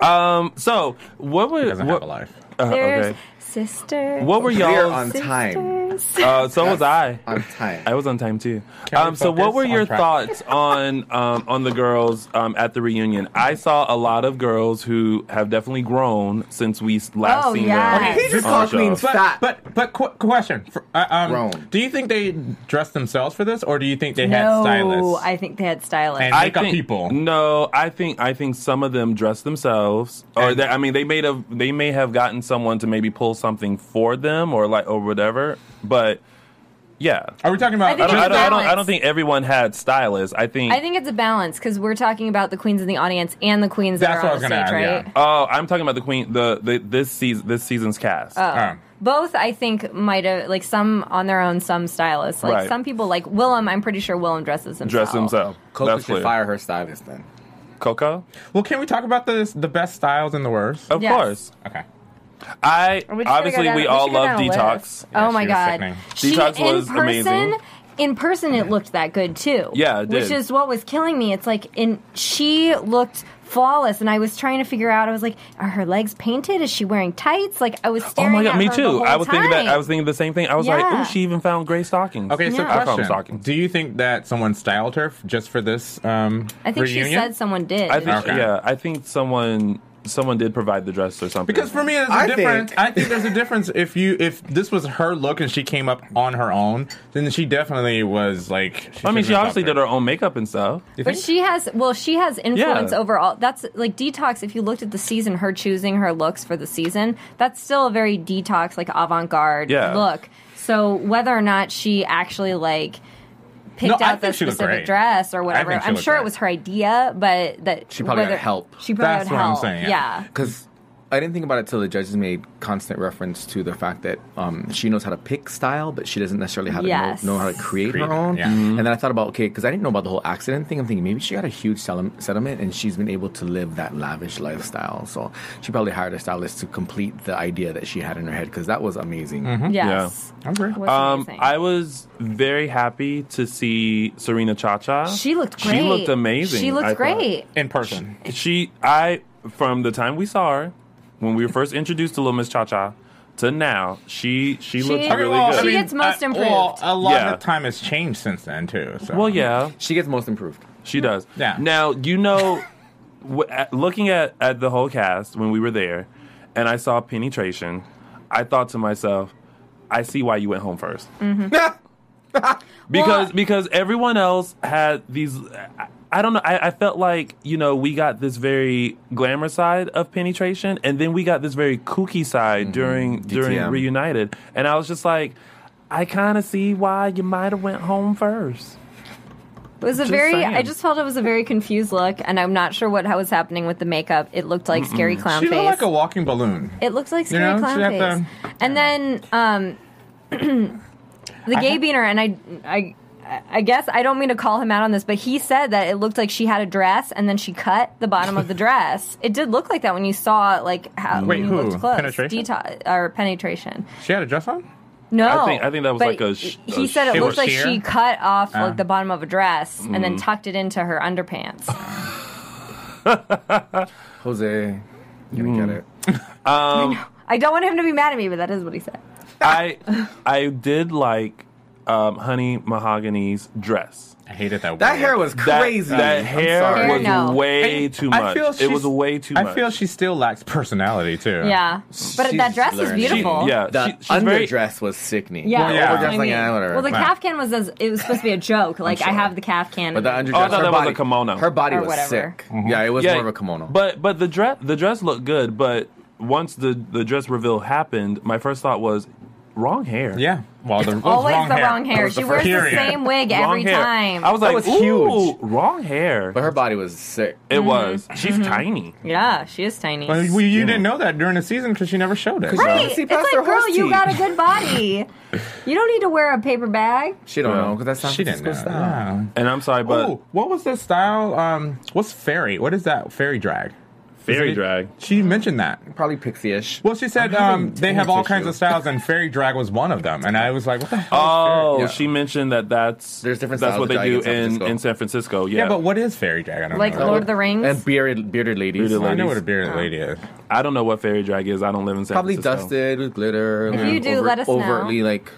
S2: Um, so, what were.
S3: Doesn't
S2: what,
S3: have a life.
S2: uh,
S5: There's
S2: okay.
S5: sisters.
S2: What were
S4: We are
S2: y'all?
S4: on time.
S5: *laughs*
S2: Uh, so was I.
S4: On time.
S2: I was on time too.
S3: Can we
S2: Um, so, what
S3: focus
S2: were
S3: on
S2: your
S3: track?
S2: thoughts on um, on the girls um, at the reunion? I saw a lot of girls who have definitely grown since we s- last
S5: Oh,
S2: seen
S5: yes.
S2: them. Um,
S5: Okay, he
S4: just
S2: on
S4: called
S2: the
S4: me
S2: show.
S4: fat. Stop.
S3: But but qu- question: for, uh, um,
S4: Grown.
S3: Do you think they dressed themselves for this, or do you think they had
S5: No,
S3: stylists?
S5: I think they had stylists.
S3: And- makeup people.
S2: No, I think I think some of them dress themselves, or
S3: And-
S2: they, I mean, they may have they may have gotten someone to maybe pull something for them, or like or whatever. But yeah,
S3: Are we talking about?
S5: I think
S2: I
S5: it's
S2: don't, I don't, I don't, I
S5: balance.
S2: don't think everyone had stylists. I think.
S5: I think it's a balance because we're talking about the queens in the audience and the queens
S3: That's
S5: that
S3: what
S5: are on
S3: I was
S5: the
S3: gonna
S5: stage,
S3: add,
S5: right?
S3: yeah.
S2: Oh, I'm talking about the queen. The, the this season this season's
S5: Oh,
S2: cast.
S3: uh,
S5: Both, I think, might have like some on their own, some stylists. Like
S2: Right.
S5: some people, like Willem. I'm pretty sure Willem dresses himself.
S2: dress
S3: Oh,
S2: himself.
S4: Coco
S2: That's
S4: should
S2: clear.
S4: fire her stylist then.
S2: Coco.
S3: well, can we talk about the the best styles and the worst?
S2: Of
S5: Yes.
S2: course.
S3: Okay.
S2: I
S5: Or we just gotta
S2: obviously
S5: go down-
S2: we
S5: should
S2: all
S5: go
S2: love
S5: down a
S2: detox.
S5: list. oh
S3: she
S5: my
S3: was
S5: god,
S3: sickening.
S5: she,
S2: Detox
S5: in
S2: was
S5: person,
S2: amazing.
S5: In person, it looked that good too.
S2: Yeah, it
S5: which
S2: did.
S5: is what was killing me. It's like in she looked flawless, and I was trying to figure out. I was like, are her legs painted? Is she wearing tights? Like I was
S2: Oh
S5: staring.
S2: my god,
S5: at
S2: me
S5: her the
S2: too.
S5: whole
S2: I was thinking that
S5: time.
S2: I was thinking the same thing. I was like,
S5: Yeah.
S2: oh, she even found gray stockings.
S3: Okay, so
S5: Yeah. I
S2: I call them
S3: question:
S2: stockings.
S3: Do you think that someone styled her f- just for this um,
S5: I think
S3: reunion?
S5: she said someone did.
S2: I think
S3: Okay.
S2: yeah, I think someone someone did provide the dress or something.
S3: Because for me, there's a
S4: I
S3: difference.
S4: think-
S3: I think there's a difference if you if this was her look and she came up on her own, then she definitely was
S2: I
S3: like.
S2: mean,
S3: shouldn't
S2: she
S3: have
S2: obviously did her
S3: felt
S2: own makeup and stuff.
S3: You
S5: But
S3: think?
S5: she has, well, she has influence
S2: Yeah.
S5: over all. That's like detox. If you looked at the season, her choosing her looks for the season, that's still a very detox, like avant garde
S2: Yeah.
S5: look. So whether or not she actually like
S3: No,
S5: picked
S3: I
S5: out the
S3: think she looked
S5: specific
S3: great.
S5: dress or whatever,
S3: think she
S5: I'm
S3: looked
S5: sure it
S3: great.
S5: was her idea, but that
S4: She probably got
S5: whether-
S4: help.
S5: She probably
S3: That's
S5: got
S3: what I'm
S5: help.
S3: saying, yeah.
S5: yeah.
S4: Because I didn't think about it till the judges made constant reference to the fact that um, she knows how to pick style, but she doesn't necessarily how to know-
S5: Yes.
S4: know, how to create,
S3: Create
S4: her
S3: it,
S4: own.
S3: yeah. Mhm.
S4: um, And then I thought about okay, because I didn't know about the whole accident thing. I'm thinking maybe she got a huge sell- settlement and she's been able to live that lavish lifestyle. So she probably hired a stylist to complete the idea that she had in her head because that was amazing.
S5: Yes.
S3: Mm-hmm. I agree.
S5: Was
S2: Um,
S5: amazing.
S2: I was very happy to see Serena Cha Cha.
S5: she looked great.
S2: She looked amazing.
S5: She looked
S2: I thought.
S5: great.
S3: in person.
S2: She, I, from the time we saw her, when we were first introduced to Little Miss Cha Cha, to now, she she, looks
S5: Okay,
S2: really
S5: well,
S2: good.
S5: She gets most
S3: uh,
S5: improved.
S3: well, a lot
S2: Yeah.
S3: of the time has changed since then too. So.
S2: well, yeah,
S4: She gets most improved.
S2: she does.
S3: Yeah.
S2: Now you know, *laughs* w- at, looking at at the whole cast when we were there, and I saw penetration, I thought to myself, I see why you went home 1st
S3: Mm-hmm.
S2: *laughs* because
S5: Well-
S2: because everyone else had these. I, I don't know. I, I felt like you know we got this very glamour side of penetration, and then we got this very kooky side
S4: Mm-hmm.
S2: during during
S4: DTM.
S2: reunited, and I was just like, I kind of see why you might have went home first.
S5: It was a
S2: Just
S5: very.
S2: saying.
S5: I just felt it was a very confused look, and I'm not sure what was happening with the makeup. It looked like scary clown
S3: she
S5: face.
S3: looked like a walking balloon.
S5: It looks like
S3: You
S5: scary
S3: know,
S5: clown
S3: she had
S5: face.
S3: the-
S5: and then um, *clears throat* the gay beaner, and I, I, I guess I don't mean to call him out on this, but he said that it looked like she had a dress, and then she cut the
S3: *laughs*
S5: bottom of the dress. It did look like that when you saw like how
S3: Wait,
S5: when you
S3: who?
S5: looked close.
S3: Penetration?
S5: Deta- or penetration.
S3: She had a dress on.
S5: No,
S2: I think- I think that was
S5: but
S2: like a sh-
S5: He
S2: a
S5: said it
S3: sh-
S5: looked like
S3: sheer?
S5: she cut off
S3: Ah.
S5: like the bottom of a dress and then
S2: Mm.
S5: tucked it into her underpants.
S4: Jose, you get it.
S5: I don't want him to be mad at me, but that is what he said.
S2: I I did like um, Honey Mahogany's dress.
S3: I hated that.
S4: That
S3: word.
S4: hair was
S2: That,
S4: crazy.
S2: That
S4: I'm
S2: hair
S4: sorry.
S2: was
S5: Hair, no.
S2: way
S3: And
S2: too
S3: I
S2: much.
S3: feel
S2: It was
S3: she's-
S2: way too much.
S3: I feel she still lacks personality too.
S5: Yeah, but
S4: She's
S5: that dress
S4: learning.
S5: is beautiful.
S2: She- yeah,
S4: The
S2: she- she's very-
S4: underdress was sickening.
S5: Yeah,
S3: Well, yeah.
S5: that's what I
S3: Overdress,
S4: like,
S5: mean.
S4: eh, whatever.
S5: Well, the
S3: Nah.
S5: calf can was as, it was supposed to be a joke. Like I
S4: sorry.
S5: have the calf can.
S4: But the
S5: and-
S4: underdress,
S2: Oh, I thought
S4: her
S2: that was a
S4: body,
S2: kimono.
S4: Her body
S5: Or
S4: was
S5: whatever.
S4: sick. Yeah, it was more of a kimono.
S2: But but the dress the dress looked good, but once the the dress reveal happened, my first thought was wrong hair.
S3: Yeah. Well, the
S5: always
S3: wrong
S5: the
S3: hair.
S5: wrong hair.
S3: That was
S5: She
S3: the
S5: wears
S3: first-
S5: the
S3: Period.
S5: same wig
S2: Wrong
S5: every
S2: hair.
S5: time.
S2: I was
S4: That
S2: like,
S4: was
S2: ooh,
S4: huge.
S2: wrong hair.
S4: but her body was sick.
S2: it
S5: Mm-hmm.
S2: was. She's tiny.
S5: yeah, she is tiny.
S3: Well, you, you didn't know that during the season because she never showed it.
S5: Right,
S4: She
S5: it's
S4: passed her
S5: like, girl,
S4: horse
S5: you
S4: teeth.
S5: got a good body. you don't need to wear a paper bag.
S4: She don't know because that's not
S3: She didn't know.
S4: Francisco style.
S3: Yeah.
S2: And I'm sorry, but
S3: Ooh, what was the style? Um, what's fairy? What is that fairy drag?
S2: fairy
S3: Is it-
S2: drag.
S3: She mentioned that.
S4: Probably pixie-ish.
S3: Well, she said
S4: I'm having
S3: um, they
S4: tumor
S3: have all
S4: tissue.
S3: kinds of styles, and fairy drag was one of them. And I was like, what the hell? is
S2: Oh,
S3: fairy?
S4: Yeah.
S2: she mentioned that that's
S4: There's different
S2: that's
S4: styles
S2: what
S4: of
S2: they
S4: drag
S2: do
S4: in San
S2: in,
S4: Francisco.
S2: in San Francisco. Yeah.
S3: yeah. but what is fairy drag? I don't
S5: Like Oh.
S3: know.
S5: Lord of the Rings.
S4: and bearded bearded ladies.
S2: Bearded
S3: I know
S2: ladies.
S3: what a bearded lady is.
S2: I don't know what fairy drag is. I don't live in San
S4: Probably
S2: Francisco.
S4: dusted with glitter.
S5: If
S4: like,
S5: you do, let us know.
S4: overtly like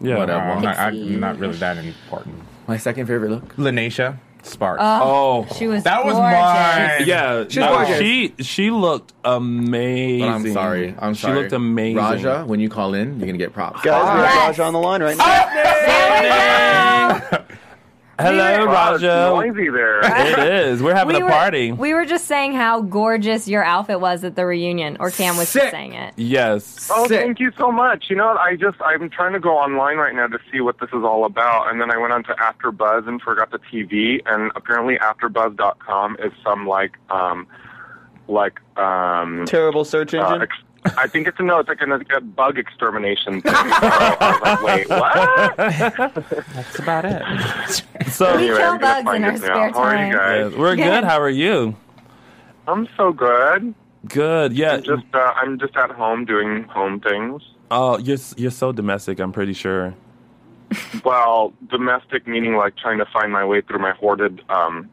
S2: Yeah.
S3: No,
S4: Whatever.
S3: Uh, I'm, not, I'm not really that important.
S4: my second favorite look.
S3: Linacia Sparks.
S2: Oh.
S5: She was
S3: that was
S5: gorgeous.
S3: mine.
S2: Yeah,
S4: She's
S2: no,
S4: gorgeous.
S2: she she looked amazing.
S4: But I'm sorry. I'm sorry.
S2: She looked amazing.
S4: Raja, when you call in, you're gonna get props.
S6: Guys, we have
S5: Yes.
S6: Raja on the line right now.
S5: Oh
S2: Hello,
S5: *laughs*
S7: Oh,
S2: Raja.
S7: it's noisy there.
S2: It is. We're having
S5: We
S2: a
S5: were,
S2: party.
S5: we were just saying how gorgeous your outfit was at the reunion, or Cam was just
S4: Sick.
S5: saying it.
S2: yes.
S8: Oh,
S4: Sick.
S8: thank you so much. You know, I just I'm trying to go online right now to see what this is all about, and then I went on to AfterBuzz and forgot the TV, and apparently AfterBuzz.com is some like um like um
S6: Terrible search
S8: uh,
S6: engine.
S8: ex- I think it's a no. It's like a, a bug extermination thing. So I was like, *laughs* wait, what?
S3: That's about it.
S2: So
S5: We
S8: Anyway,
S5: kill
S8: I'm gonna
S5: bugs in
S8: find
S5: our
S8: it now.
S5: spare
S8: How are
S5: time.
S8: you guys?
S2: yes, we're good. How are you?
S8: I'm so good.
S2: Good. Yeah.
S8: I'm just uh, I'm just at home doing home things.
S2: Oh, you're s- you're so domestic. I'm pretty sure.
S8: Well, domestic meaning like trying to find my way through my hoarded um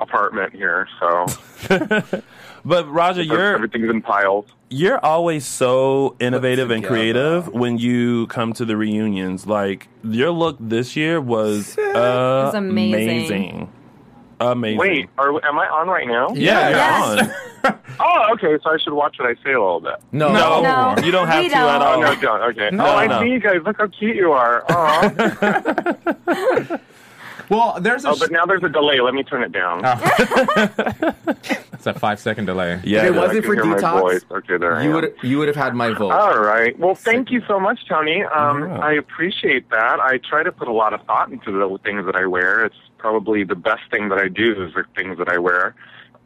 S8: apartment here.
S3: *laughs*
S8: So
S2: But Raja, you're
S8: everything's in piles.
S2: you're always so innovative and
S4: together.
S2: creative when you come to the reunions. Like your look this year
S5: *laughs*
S2: was, uh,
S5: amazing.
S2: amazing. Amazing.
S8: Wait, are am I on right now?
S2: Yeah,
S5: Yes.
S2: you're on.
S8: Oh, okay. So I should watch what I say a little bit.
S4: No,
S2: No,
S5: No,
S2: you don't have
S5: we
S2: to at
S5: don't.
S8: Oh
S2: all.
S8: no, don't. Okay.
S2: No,
S8: oh, I
S2: no.
S8: see you guys. Look how cute you are. Aw.
S3: Well, there's a.
S8: oh, but now there's a delay. Let me turn it down.
S3: it's a five second delay.
S2: Yeah,
S4: It
S8: I
S4: wasn't
S8: can
S4: for
S8: hear my
S4: detox.
S8: voice. Okay, there I
S4: you
S8: am.
S4: would you would have had my vote.
S8: All right. Well, thank you so much, Tony. Um,
S2: Yeah.
S8: I appreciate that. I try to put a lot of thought into the things that I wear. It's probably the best thing that I do is the things that I wear.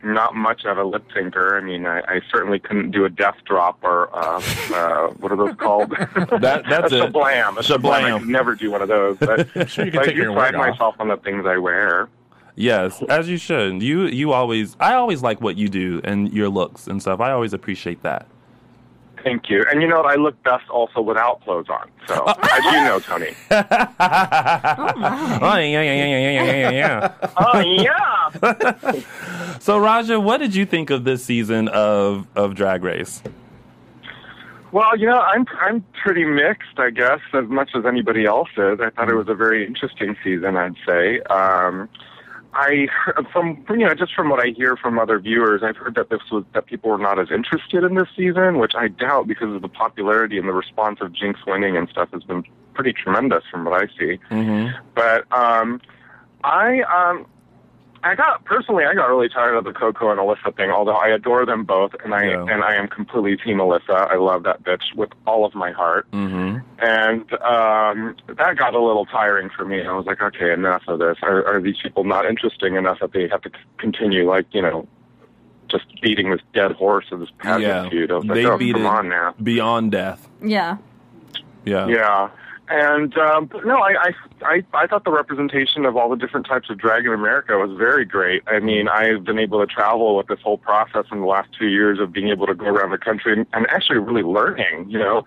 S8: Not much of a lip syncer. I mean, I, I certainly couldn't do a death drop or uh, uh, what are those called?
S2: *laughs* That- that's
S8: a
S2: it.
S8: shablam. A shablam. I
S2: Shablam.
S8: could never do one of those. But,
S3: sure you can
S8: but
S3: take
S8: I do
S3: your
S8: pride
S3: wig off.
S8: myself on the things I wear.
S2: Yes, as you should. You you always I always like what you do and your looks and stuff. I always appreciate that.
S8: *laughs* Thank you. And you know what? I look best also without clothes on. *laughs* So, as you know, Tony.
S2: Oh, yeah, yeah, yeah, yeah, yeah, yeah, yeah, yeah.
S8: Oh, yeah.
S2: So Raja, what did you think of this season of of Drag Race?
S8: Well, you know, I'm I'm pretty mixed, I guess, as much as anybody else is. I
S4: Mm.
S8: thought it was a very interesting season, I'd say. Um, I from you know just from what I hear from other viewers, I've heard that this was that people were not as interested in this season, which I doubt because of the popularity and the response of Jinx winning and stuff has been pretty tremendous from what I see. But um, I um, I got personally, I got really tired of the Coco and Alyssa thing. Although I adore them both, and I
S9: Yeah.
S8: and I am completely Team Alyssa. I love that bitch with all of my heart.
S9: Mm-hmm.
S8: And um, that got a little tiring for me. I was like, okay, enough of this. Are, are these people not interesting enough that they have to c- continue, like you know, just beating this dead horse of this
S2: Yeah.
S8: pageant feud? I was like,
S2: They
S8: oh,
S2: beat
S8: come
S2: it
S8: on now.
S2: beyond death.
S5: Yeah.
S2: Yeah.
S8: Yeah. And um, but no, I, I I I thought the representation of all the different types of drag in America was very great. I mean, I've been able to travel with this whole process in the last two years of being able to go around the country and, and actually really learning. You know,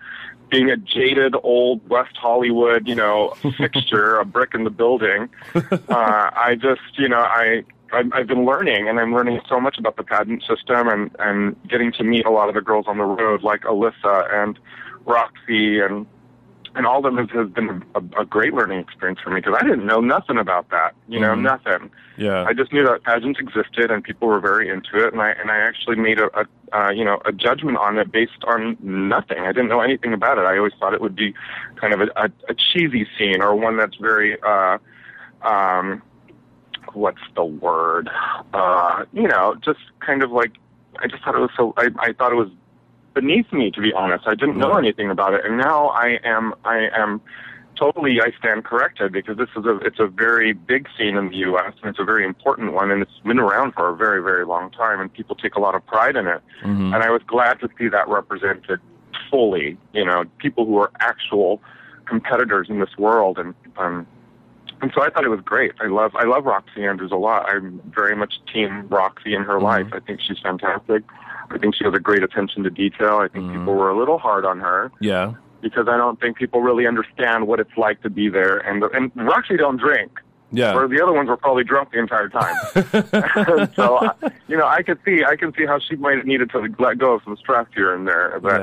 S8: being a jaded old West Hollywood, you know, fixture, a brick in the building. Uh, I just, you know, I. I'm- I've been learning, and I'm learning so much about the pageant system, and and getting to meet a lot of the girls on the road, like Alyssa and Roxy, and and all of them has, has been a, a great learning experience for me because I didn't know nothing about that. You know,
S2: Mhm.
S8: nothing.
S2: Yeah.
S8: I just knew that pageants existed and people were very into it, and I and I actually made a, a uh, you know a judgment on it based on nothing. I didn't know anything about it. I always thought it would be kind of a, a, a cheesy scene or one that's very. Uh, um, what's the word? Uh, you know, just kind of like I just thought it was so. I, I thought it was beneath me to be honest. I didn't know anything about it, and now I am. I am totally. I stand corrected because this is a. It's a very big scene in the U.S. and it's a very important one, and it's been around for a very, very long time, and people take a lot of pride in it.
S2: Mhm.
S8: And I was glad to see that represented fully. You know, people who are actual competitors in this world, and um, and so I thought it was great. I love I love Roxy Andrews a lot. I'm very much team Roxy in her life. I think she's fantastic. I think she has a great attention to detail. I think people were a little hard on her
S2: Yeah.
S8: because I don't think people really understand what it's like to be there. And and Roxy don't drink.
S2: Yeah.
S8: Where the other ones were probably drunk the entire
S2: *laughs*
S8: time. *laughs* so, I- you know, I could see, I can see how she might have needed to let go of some stress here and there. But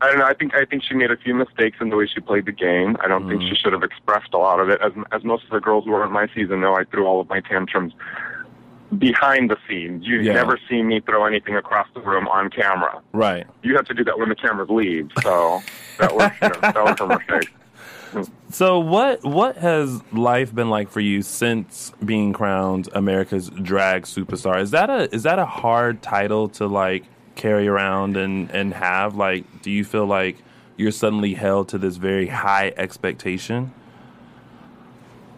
S8: I don't know. I think, I think she made a few mistakes in the way she played the game. I don't
S2: Mm.
S8: think she should have expressed a lot of it. As, as most of the girls who were in my season know, I threw all of my tantrums behind the scenes. You
S2: Yeah.
S8: never see me throw anything across the room on camera.
S2: Right.
S8: You have to do that when the cameras leave. So that was, you know, that was her mistake.
S2: So what what has life been like for you since being crowned America's drag superstar? Is that a is that a hard title to like carry around and and have like do you feel like you're suddenly held to this very high expectation?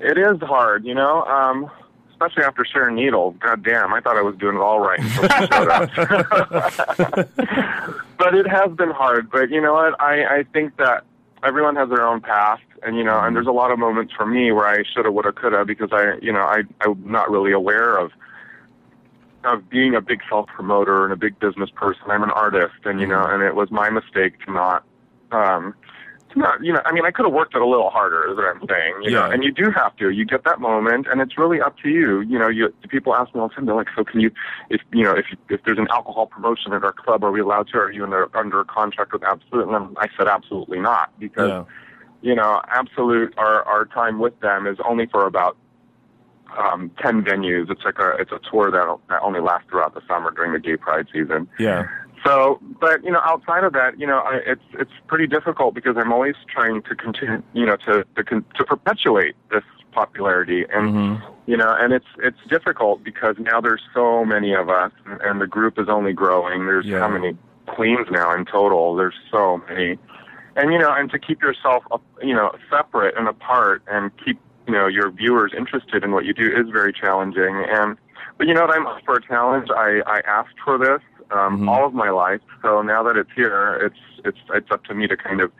S8: It is hard, you know. Um, especially after Sharon Needle. God damn, I thought I was doing it all right until she showed up. *laughs* but it has been hard. But you know what? I, I think that everyone has their own path and you know, and there's a lot of moments for me where I shoulda, woulda, coulda because I you know, I I'm not really aware of of being a big self promoter and a big business person. I'm an artist and you know, and it was my mistake to not um to not you know, I mean I could have worked it a little harder is what I'm saying. You know,
S2: Yeah.
S8: and you do have to. You get that moment and it's really up to you. You know, you the people ask me all the time, they're like, So can you if you know, if if there's an alcohol promotion at our club, are we allowed to? Are you under under a contract with Absolute? And I'm- I said absolutely not because
S2: Yeah.
S8: you know, Absolute, our, our time with them is only for about um, 10 venues. It's like a, it's a tour that, that only lasts throughout the summer during the gay pride season.
S2: Yeah.
S8: So, but you know, outside of that, you know, I, it's it's pretty difficult because I'm always trying to continue, you know, to to con- to perpetuate this popularity, and you know, and it's it's difficult because now there's so many of us, and, and the group is only growing. There's how many queens now in total? There's so many, and you know, and to keep yourself, uh, you know, separate and apart, and keep you know your viewers interested in what you do is very challenging, and. But you know what? I'm up for a challenge. I, I asked for this um, all of my life. So now that it's here, it's it's it's up to me to kind of,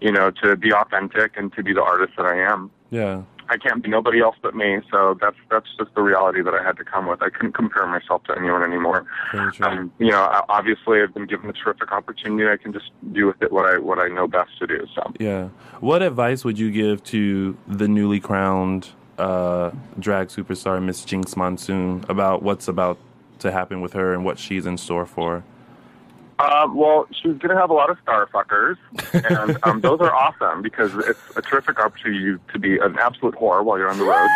S8: you know, to be authentic and to be the artist that I am.
S2: Yeah.
S8: I can't be nobody else but me. So that's that's just the reality that I had to come with. I couldn't compare myself to anyone anymore.
S2: Very true.
S8: Um, you know, I- obviously, I've been given a terrific opportunity. I can just do with it what I what I know best to do. So.
S2: Yeah. What advice would you give to the newly crowned uh, drag superstar Miss Jinx Monsoon about what's about to happen with her and what she's in store for?
S8: Uh, well, she's going to have a lot of star fuckers, and um, those are awesome because it's a terrific opportunity to be an absolute whore while you're on the road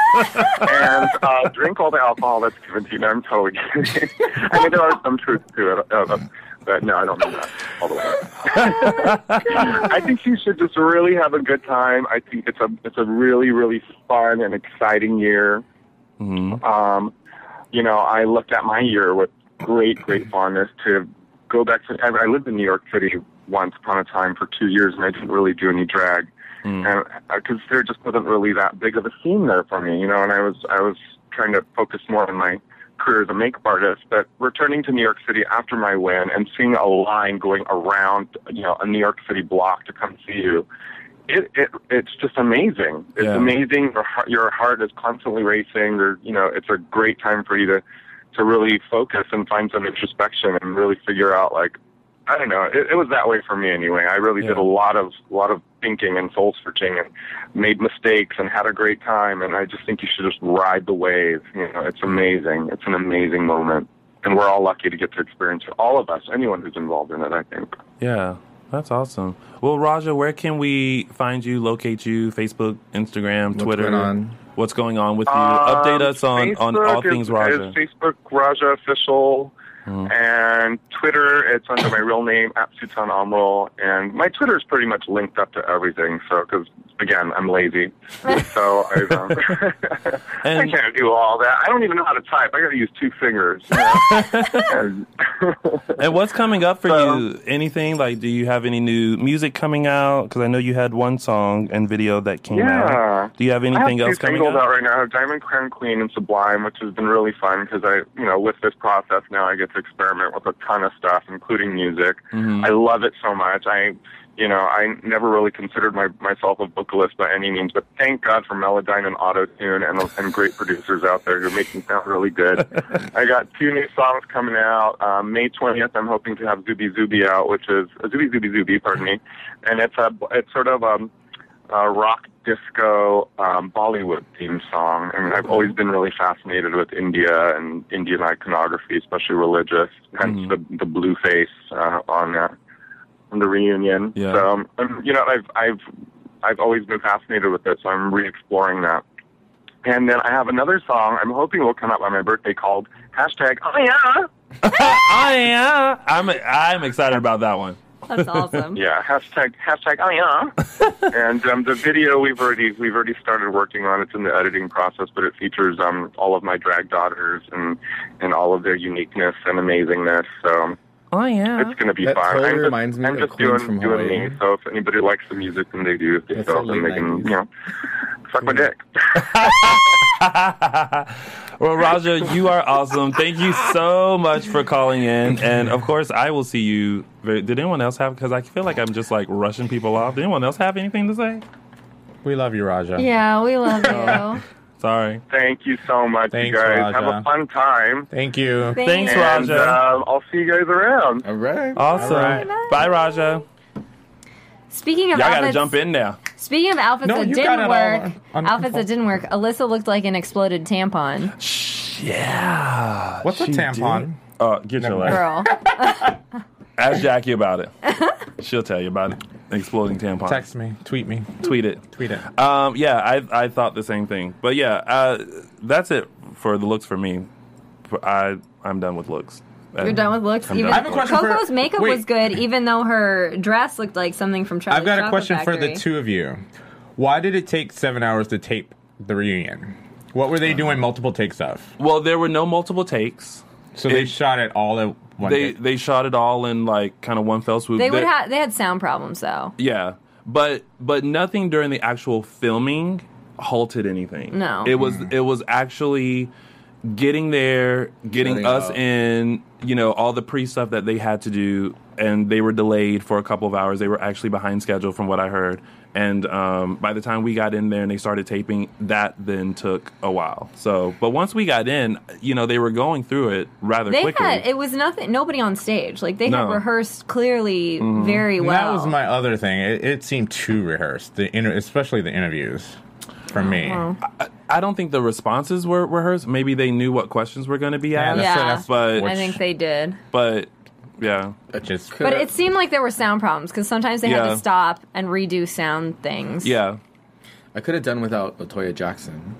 S8: and uh, drink all the alcohol that's given to you. No, I'm totally kidding. *laughs* I mean, there are some truths to it, uh, uh, but no, I don't mean that all the way. *laughs* I think she should just really have a good time. I think it's a it's a really really fun and exciting year. Um, you know, I looked at my year with great, great fondness to go back to. I, I lived in New York City once upon a time for two years, and I didn't really do any drag, and because there just wasn't really that big of a scene there for me, you know. And I was, I was trying to focus more on my career as a makeup artist. But returning to New York City after my win and seeing a line going around, you know, a New York City block to come see you it, it it's just amazing. It's
S9: Yeah.
S8: amazing. Your heart, your heart is constantly racing. Or you know, it's a great time for you to to really focus and find some introspection and really figure out like I don't know. It, it was that way for me anyway. I really did a lot of lot of thinking and soul searching and made mistakes and had a great time. And I just think you should just ride the wave. You know, it's amazing. It's an amazing moment. And we're all lucky to get to experience it. All of us, anyone who's involved in it, I think.
S2: Yeah, that's awesome. Well, Raja, where can we find you, locate you? Facebook, Instagram, Twitter.
S4: going on?
S2: What's going on with you?
S8: Um,
S2: Update us on, on all
S8: Facebook
S2: things
S8: is,
S2: Raja. Hmm.
S8: Is Facebook Raja official, and Twitter it's under my real name at Sutan Amrol, and my Twitter is pretty much linked up to everything. So because again, I'm lazy, so I, um, *laughs* I can't do all that. I don't even know how to type. I got to use two fingers.
S2: *laughs* and what's coming up for you? Anything like? Do you have any new music coming out? Because I know you had one song and video that came
S8: Yeah.
S2: out. Do you have anything
S8: I have
S2: else
S8: two
S2: coming
S8: singles
S2: out?
S8: right now. I have Diamond Crown Queen and Sublime, which has been really fun because I, you know, with this process now I get to experiment with a ton of stuff, including music.
S2: Mm-hmm.
S9: Mhm.
S8: I love it so much. I, you know, I never really considered my, myself a vocalist by any means, but thank God for Melodyne and Autotune and, and great producers out there who make me sound really
S2: *laughs*
S8: good. I got two new songs coming out. Um, May 20th, I'm hoping to have Zubi Zubi out, which is uh, Zubi Zubi Zubi, pardon me, and it's a, it's sort of um, uh, rock disco um, Bollywood theme song. I mean, I've always been really fascinated with India and Indian iconography, especially religious. Hence the the blue face uh, on uh, on the reunion.
S9: Yeah.
S8: So um, I'm- you know, I've I've I've always been fascinated with it, so I'm re-exploring that. And then I have another song I'm hoping will come out by my birthday called hashtag Oh Yeah.
S2: I am. I'm. I'm excited about that one. *laughs*
S5: That's awesome.
S8: Yeah, hashtag hashtag oh yeah. and um, the video we've already we've already started working on. It's in the editing process, but it features um, all of my drag daughters and and all of their uniqueness and amazingness. So
S2: Oh yeah.
S8: it's gonna be
S4: That
S8: fun.
S4: totally
S8: I'm just,
S4: reminds me
S8: I'm
S4: of
S8: just
S4: Queens
S8: doing,
S4: from
S8: doing
S4: Hawaii.
S8: me. So if anybody likes the music, then they do. If they
S4: That's the
S8: don't, then
S4: late
S8: they can
S4: 90s.
S8: you know suck my dick.
S2: *laughs* Well, Raja, you are awesome. Thank you so much for calling in, and of course, I will see you. Very, did anyone else have? Because I feel like I'm just like rushing people off. Did anyone else have anything to say?
S3: We love you, Raja.
S5: Yeah, we love
S2: Uh,
S5: you.
S2: Sorry.
S8: Thank you so much,
S3: Thanks,
S8: you guys.
S3: Raja.
S8: Have a fun time.
S3: Thank you.
S2: Thanks,
S8: and,
S2: Raja.
S8: um, I'll see you guys around.
S4: All right.
S2: Awesome. Bye, Raja.
S5: Speaking
S2: Y'all
S5: of
S2: got to
S5: outfits,
S2: jump in now.
S5: speaking of outfits
S2: No,
S5: that
S2: you got it
S5: didn't
S2: all
S5: work,
S2: on-
S5: outfits that didn't work. Alyssa looked like an exploded tampon.
S2: *laughs* Yeah.
S3: What's a
S2: she
S3: tampon?
S2: did. Uh, get your life.
S5: Girl,
S2: Ask Jackie about it. She'll tell you about it. Exploding tampon.
S3: Text me. Tweet me.
S2: Tweet it.
S3: Tweet it.
S2: Um, yeah, I I thought the same thing. But yeah, uh, that's it for the looks for me. For- I I'm done with looks.
S5: you're done with looks.
S2: I'm
S5: Even
S2: done with looks.
S5: Coco's makeup
S3: wait.
S5: was good, even though her dress looked like something from Charlie.
S3: I've got a question for the two of you. Why did it take seven hours to tape the reunion? What were they doing multiple takes of?
S2: Well, there were no multiple takes.
S3: So they
S2: It-
S3: shot it all at one
S2: They
S3: take.
S2: they shot it all in like kind of one fell swoop.
S5: They would
S2: They-
S5: have. They had sound problems though.
S2: Yeah, but but nothing during the actual filming halted anything.
S5: No.
S2: it was
S4: Mm.
S2: it was actually getting there, getting
S4: Setting
S2: us
S4: up.
S2: in. You know, all the pre stuff that they had to do, and they were delayed for a couple of hours. They were actually behind schedule, from what I heard. And um, by the time we got in there and they started taping, that then took a while. So, but once we got in, you know, they were going through it rather
S5: They
S2: quickly.
S5: had. It was nothing. Nobody on stage. Like they
S3: No.
S5: had rehearsed clearly
S2: Mm-hmm.
S5: very well.
S3: That was my other thing. It, it seemed too rehearsed, the inter- especially the interviews for me.
S5: Uh-huh.
S2: I, I don't think the responses were rehearsed. Maybe they knew what questions were going to be asked.
S5: that's- Yeah. that's
S2: but
S5: I think they did.
S2: but yeah,
S3: just
S5: But it seemed like there were sound problems because sometimes they had
S4: Yeah.
S5: to stop and redo sound things.
S2: Yeah.
S4: I could have done without Latoya Jackson.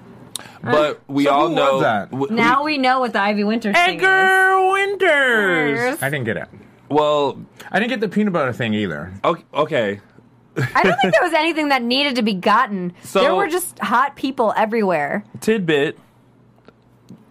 S2: But we So all who was know- that?
S5: Now we know what the Ivy Winter thing
S2: Edgar Winters.
S3: I didn't get it.
S2: Well,
S3: I didn't get the peanut butter thing either.
S2: Okay. okay.
S5: I don't think there was anything that needed to be gotten.
S2: So-
S5: there were just hot people everywhere.
S2: Tidbit.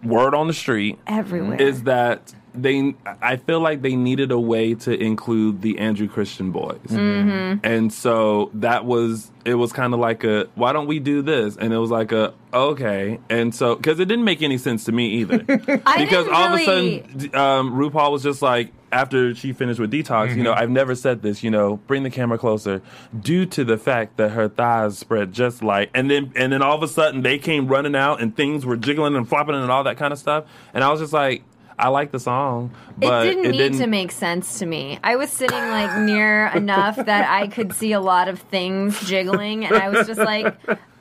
S2: word on the street
S5: Everywhere.
S2: is that they. I feel like they needed a way to include the Andrew Christian boys,
S5: Mhm.
S2: and so that was it. Was kind of like a why don't we do this? And it was like a okay, and so because it didn't make any sense to me either.
S5: I
S2: because
S5: didn't
S2: all of
S5: really-
S2: a sudden, d- um, RuPaul was just like, after she finished with detox, you know, I've never said this, you know, bring the camera closer, due to the fact that her thighs spread just like, and then and then all of a sudden they came running out and things were jiggling and flopping and all that kind of stuff, and I was just like, I like the song, but
S5: it didn't need to make sense to me. I was sitting like near enough that I could see a lot of things jiggling, and I was just like,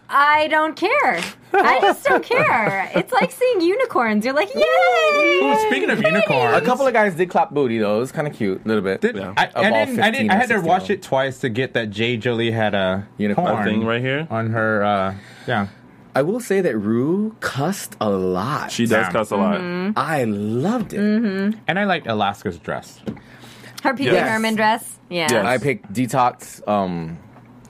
S5: I don't care. I just don't care. It's like seeing unicorns. You're like, yay!
S3: speaking of unicorns,
S4: a couple of guys did clap booty though. It was kind of cute, a little bit.
S3: I, I didn't, I, didn't, I had to watch
S4: it.
S3: it twice to get that Jay Jolie had a unicorn
S4: thing
S2: right here
S3: on her. Uh, yeah,
S4: I will say that Rue cussed a lot.
S2: She does Yeah. cuss a lot. Mhm.
S4: I loved it.
S5: Mm-hmm.
S3: And I liked Alaska's dress.
S5: Her Pee Wee
S4: Yes.
S5: Herman dress. Yeah.
S4: I picked Detox, um,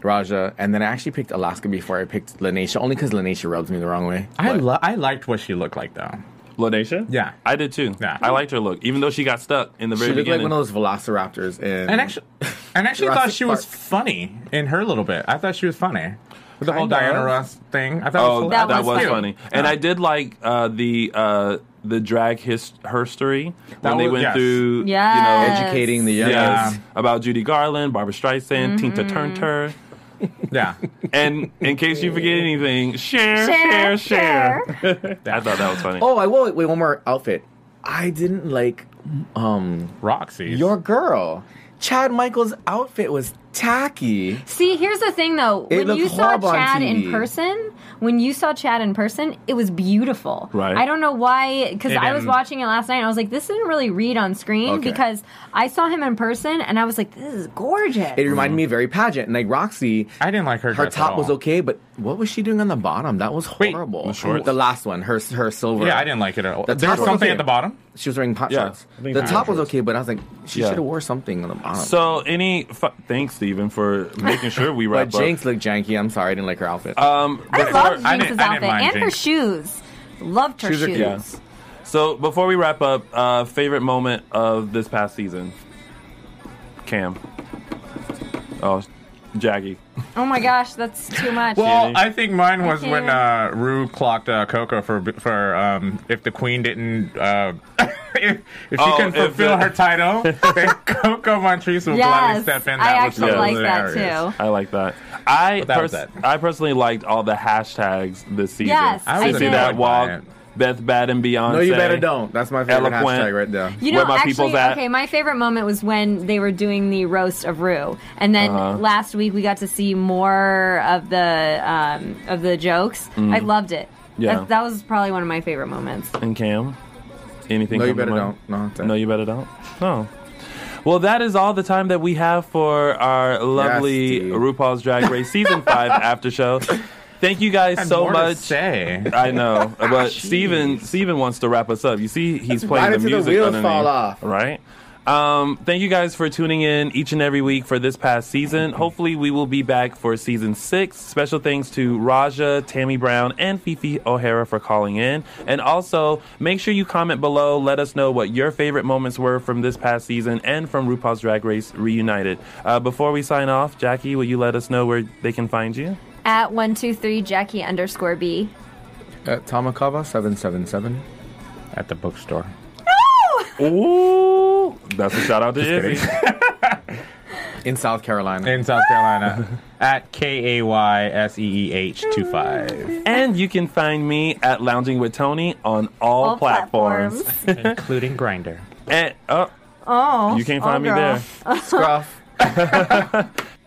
S4: Raja, and then I actually picked Alaska before I picked Lanisha, only because Lanisha rubs me the wrong way.
S3: I lo- I liked what she looked like though.
S2: Lanisha?
S3: Yeah.
S2: I did too. Yeah. I liked her look, even though she got stuck in the
S4: She
S2: very
S4: looked like one
S2: beginning.
S4: of those velociraptors in.
S3: And actually, and actually
S4: Jurassic
S3: thought she was funny in her little bit. I thought she was funny with the whole
S4: Kinda.
S3: Diana Ross thing. I thought it
S2: Oh,
S3: was
S2: that,
S3: hilarious.
S2: was funny. And
S3: Oh.
S2: I did like uh, the uh, the drag his- history
S3: That
S2: when they went
S3: was- yes.
S2: through, you
S3: Yes.
S2: know,
S3: Educating the youngins.
S2: about Judy Garland, Barbara Streisand, Tinta Turner.
S3: Yeah.
S2: And in case you forget anything, share,
S4: Share,
S2: share, share. I thought that was funny.
S4: Oh, I will. Wait, one more outfit. I didn't like um
S3: Roxy.
S4: Your girl. Chad Michaels' outfit was tacky.
S5: See, here's the thing though.
S4: It
S5: when you
S4: looked
S5: saw
S4: horrible on
S5: Chad in
S4: TV.
S5: person, when you saw Chad in person, it was beautiful.
S4: Right.
S5: I don't know why, because
S4: It
S5: I was
S4: didn't-
S5: watching it last night and I was like, this didn't really read on screen
S4: Okay.
S5: because I saw him in person and I was like, this is gorgeous.
S4: It reminded me very pageant. And like Roxy,
S3: I didn't like her.
S4: Her
S3: dress at
S4: top
S3: all.
S4: was okay, but what was she doing on the bottom? That was horrible.
S3: the shorts?
S4: The last one, her her silver.
S3: Yeah, I didn't like it at all.
S4: The
S3: There was
S4: top
S3: something
S4: okay.
S3: at the bottom?
S4: She was wearing pop
S2: Yeah,
S4: shorts.
S2: I think
S4: The
S2: pop
S4: top was okay, but I was like, she
S2: Yeah.
S4: should have wore something on the bottom.
S2: So, any. Fu- Thanks, Stephen, for making sure
S3: *laughs*
S2: we
S4: but
S2: wrap up.
S4: Jinx looked janky. I'm sorry, I didn't like her outfit.
S2: Um,
S5: I
S2: before-
S5: loved Jinx's outfit and her shoes. Loved her shoes.
S2: Yeah. So before we wrap up, uh, favorite moment of this past season, Cam. Oh, Jaggy.
S5: Oh my gosh, that's too much.
S3: Well, I think mine was
S5: Okay.
S3: when uh, Rue clocked uh, Coco for for um, if the queen didn't uh, *laughs* if, if she
S2: Oh,
S3: couldn't
S2: if
S3: fulfill
S2: the-
S3: her title, *laughs* then Coco Montrese would gladly
S5: Yes,
S3: step in.
S5: I
S3: That was
S5: actually like that,
S3: hilarious.
S2: I like that. I
S3: But that was
S2: pers- I personally liked all the hashtags this season.
S5: Yes, I
S2: I
S5: was
S2: see
S5: annoyed
S2: that
S3: by
S2: walk. Beth Bad and Beyonce.
S4: No, you better don't. That's my favorite
S2: Eloquent.
S4: hashtag right there.
S5: You know,
S2: Where my
S5: actually,
S2: people's at.
S5: okay, my favorite moment was when they were doing the roast of Rue, and then
S2: Uh-huh.
S5: last week we got to see more of the um, of the jokes.
S2: Mhm.
S5: I loved it.
S2: Yeah.
S5: That, that was probably one of my favorite moments.
S2: And Cam, anything?
S4: No, you
S2: come to
S4: better
S2: mind?
S4: don't. No,
S2: no, you better don't. No. Well, that is all the time that we have for our lovely RuPaul's Drag Race Season 5 after show. Thank you guys
S3: And
S2: so
S3: more to
S2: much.
S3: say.
S2: *laughs* I know, *laughs* but Steven, Steven wants to wrap us up. You see, he's
S4: Why
S2: playing
S4: did
S2: the
S4: the
S2: music
S4: wheels
S2: underneath,
S4: fall off?
S2: right? Um, thank you guys for tuning in each and every week for this past season. Hopefully, we will be back for season six. Special thanks to Raja, Tammy Brown, and Fifi O'Hara for calling in. And also, make sure you comment below. Let us know what your favorite moments were from this past season and from RuPaul's Drag Race Reunited. Uh, before we sign off, Jackie, will you let us know where they can find you?
S5: At one two three Jackie underscore B.
S4: At Tamakava Uh, seven seven seven.
S3: At the bookstore.
S2: Ooh, that's a shout out to Izzy.
S4: In South Carolina.
S3: In South Carolina. at K A Y S E E H 2 5.
S2: And you can find me at Lounging with Tony on all,
S3: All
S2: platforms.
S3: Including Grinder.
S2: and, oh,
S5: Oh,
S2: you can't find me there.
S4: Scruff.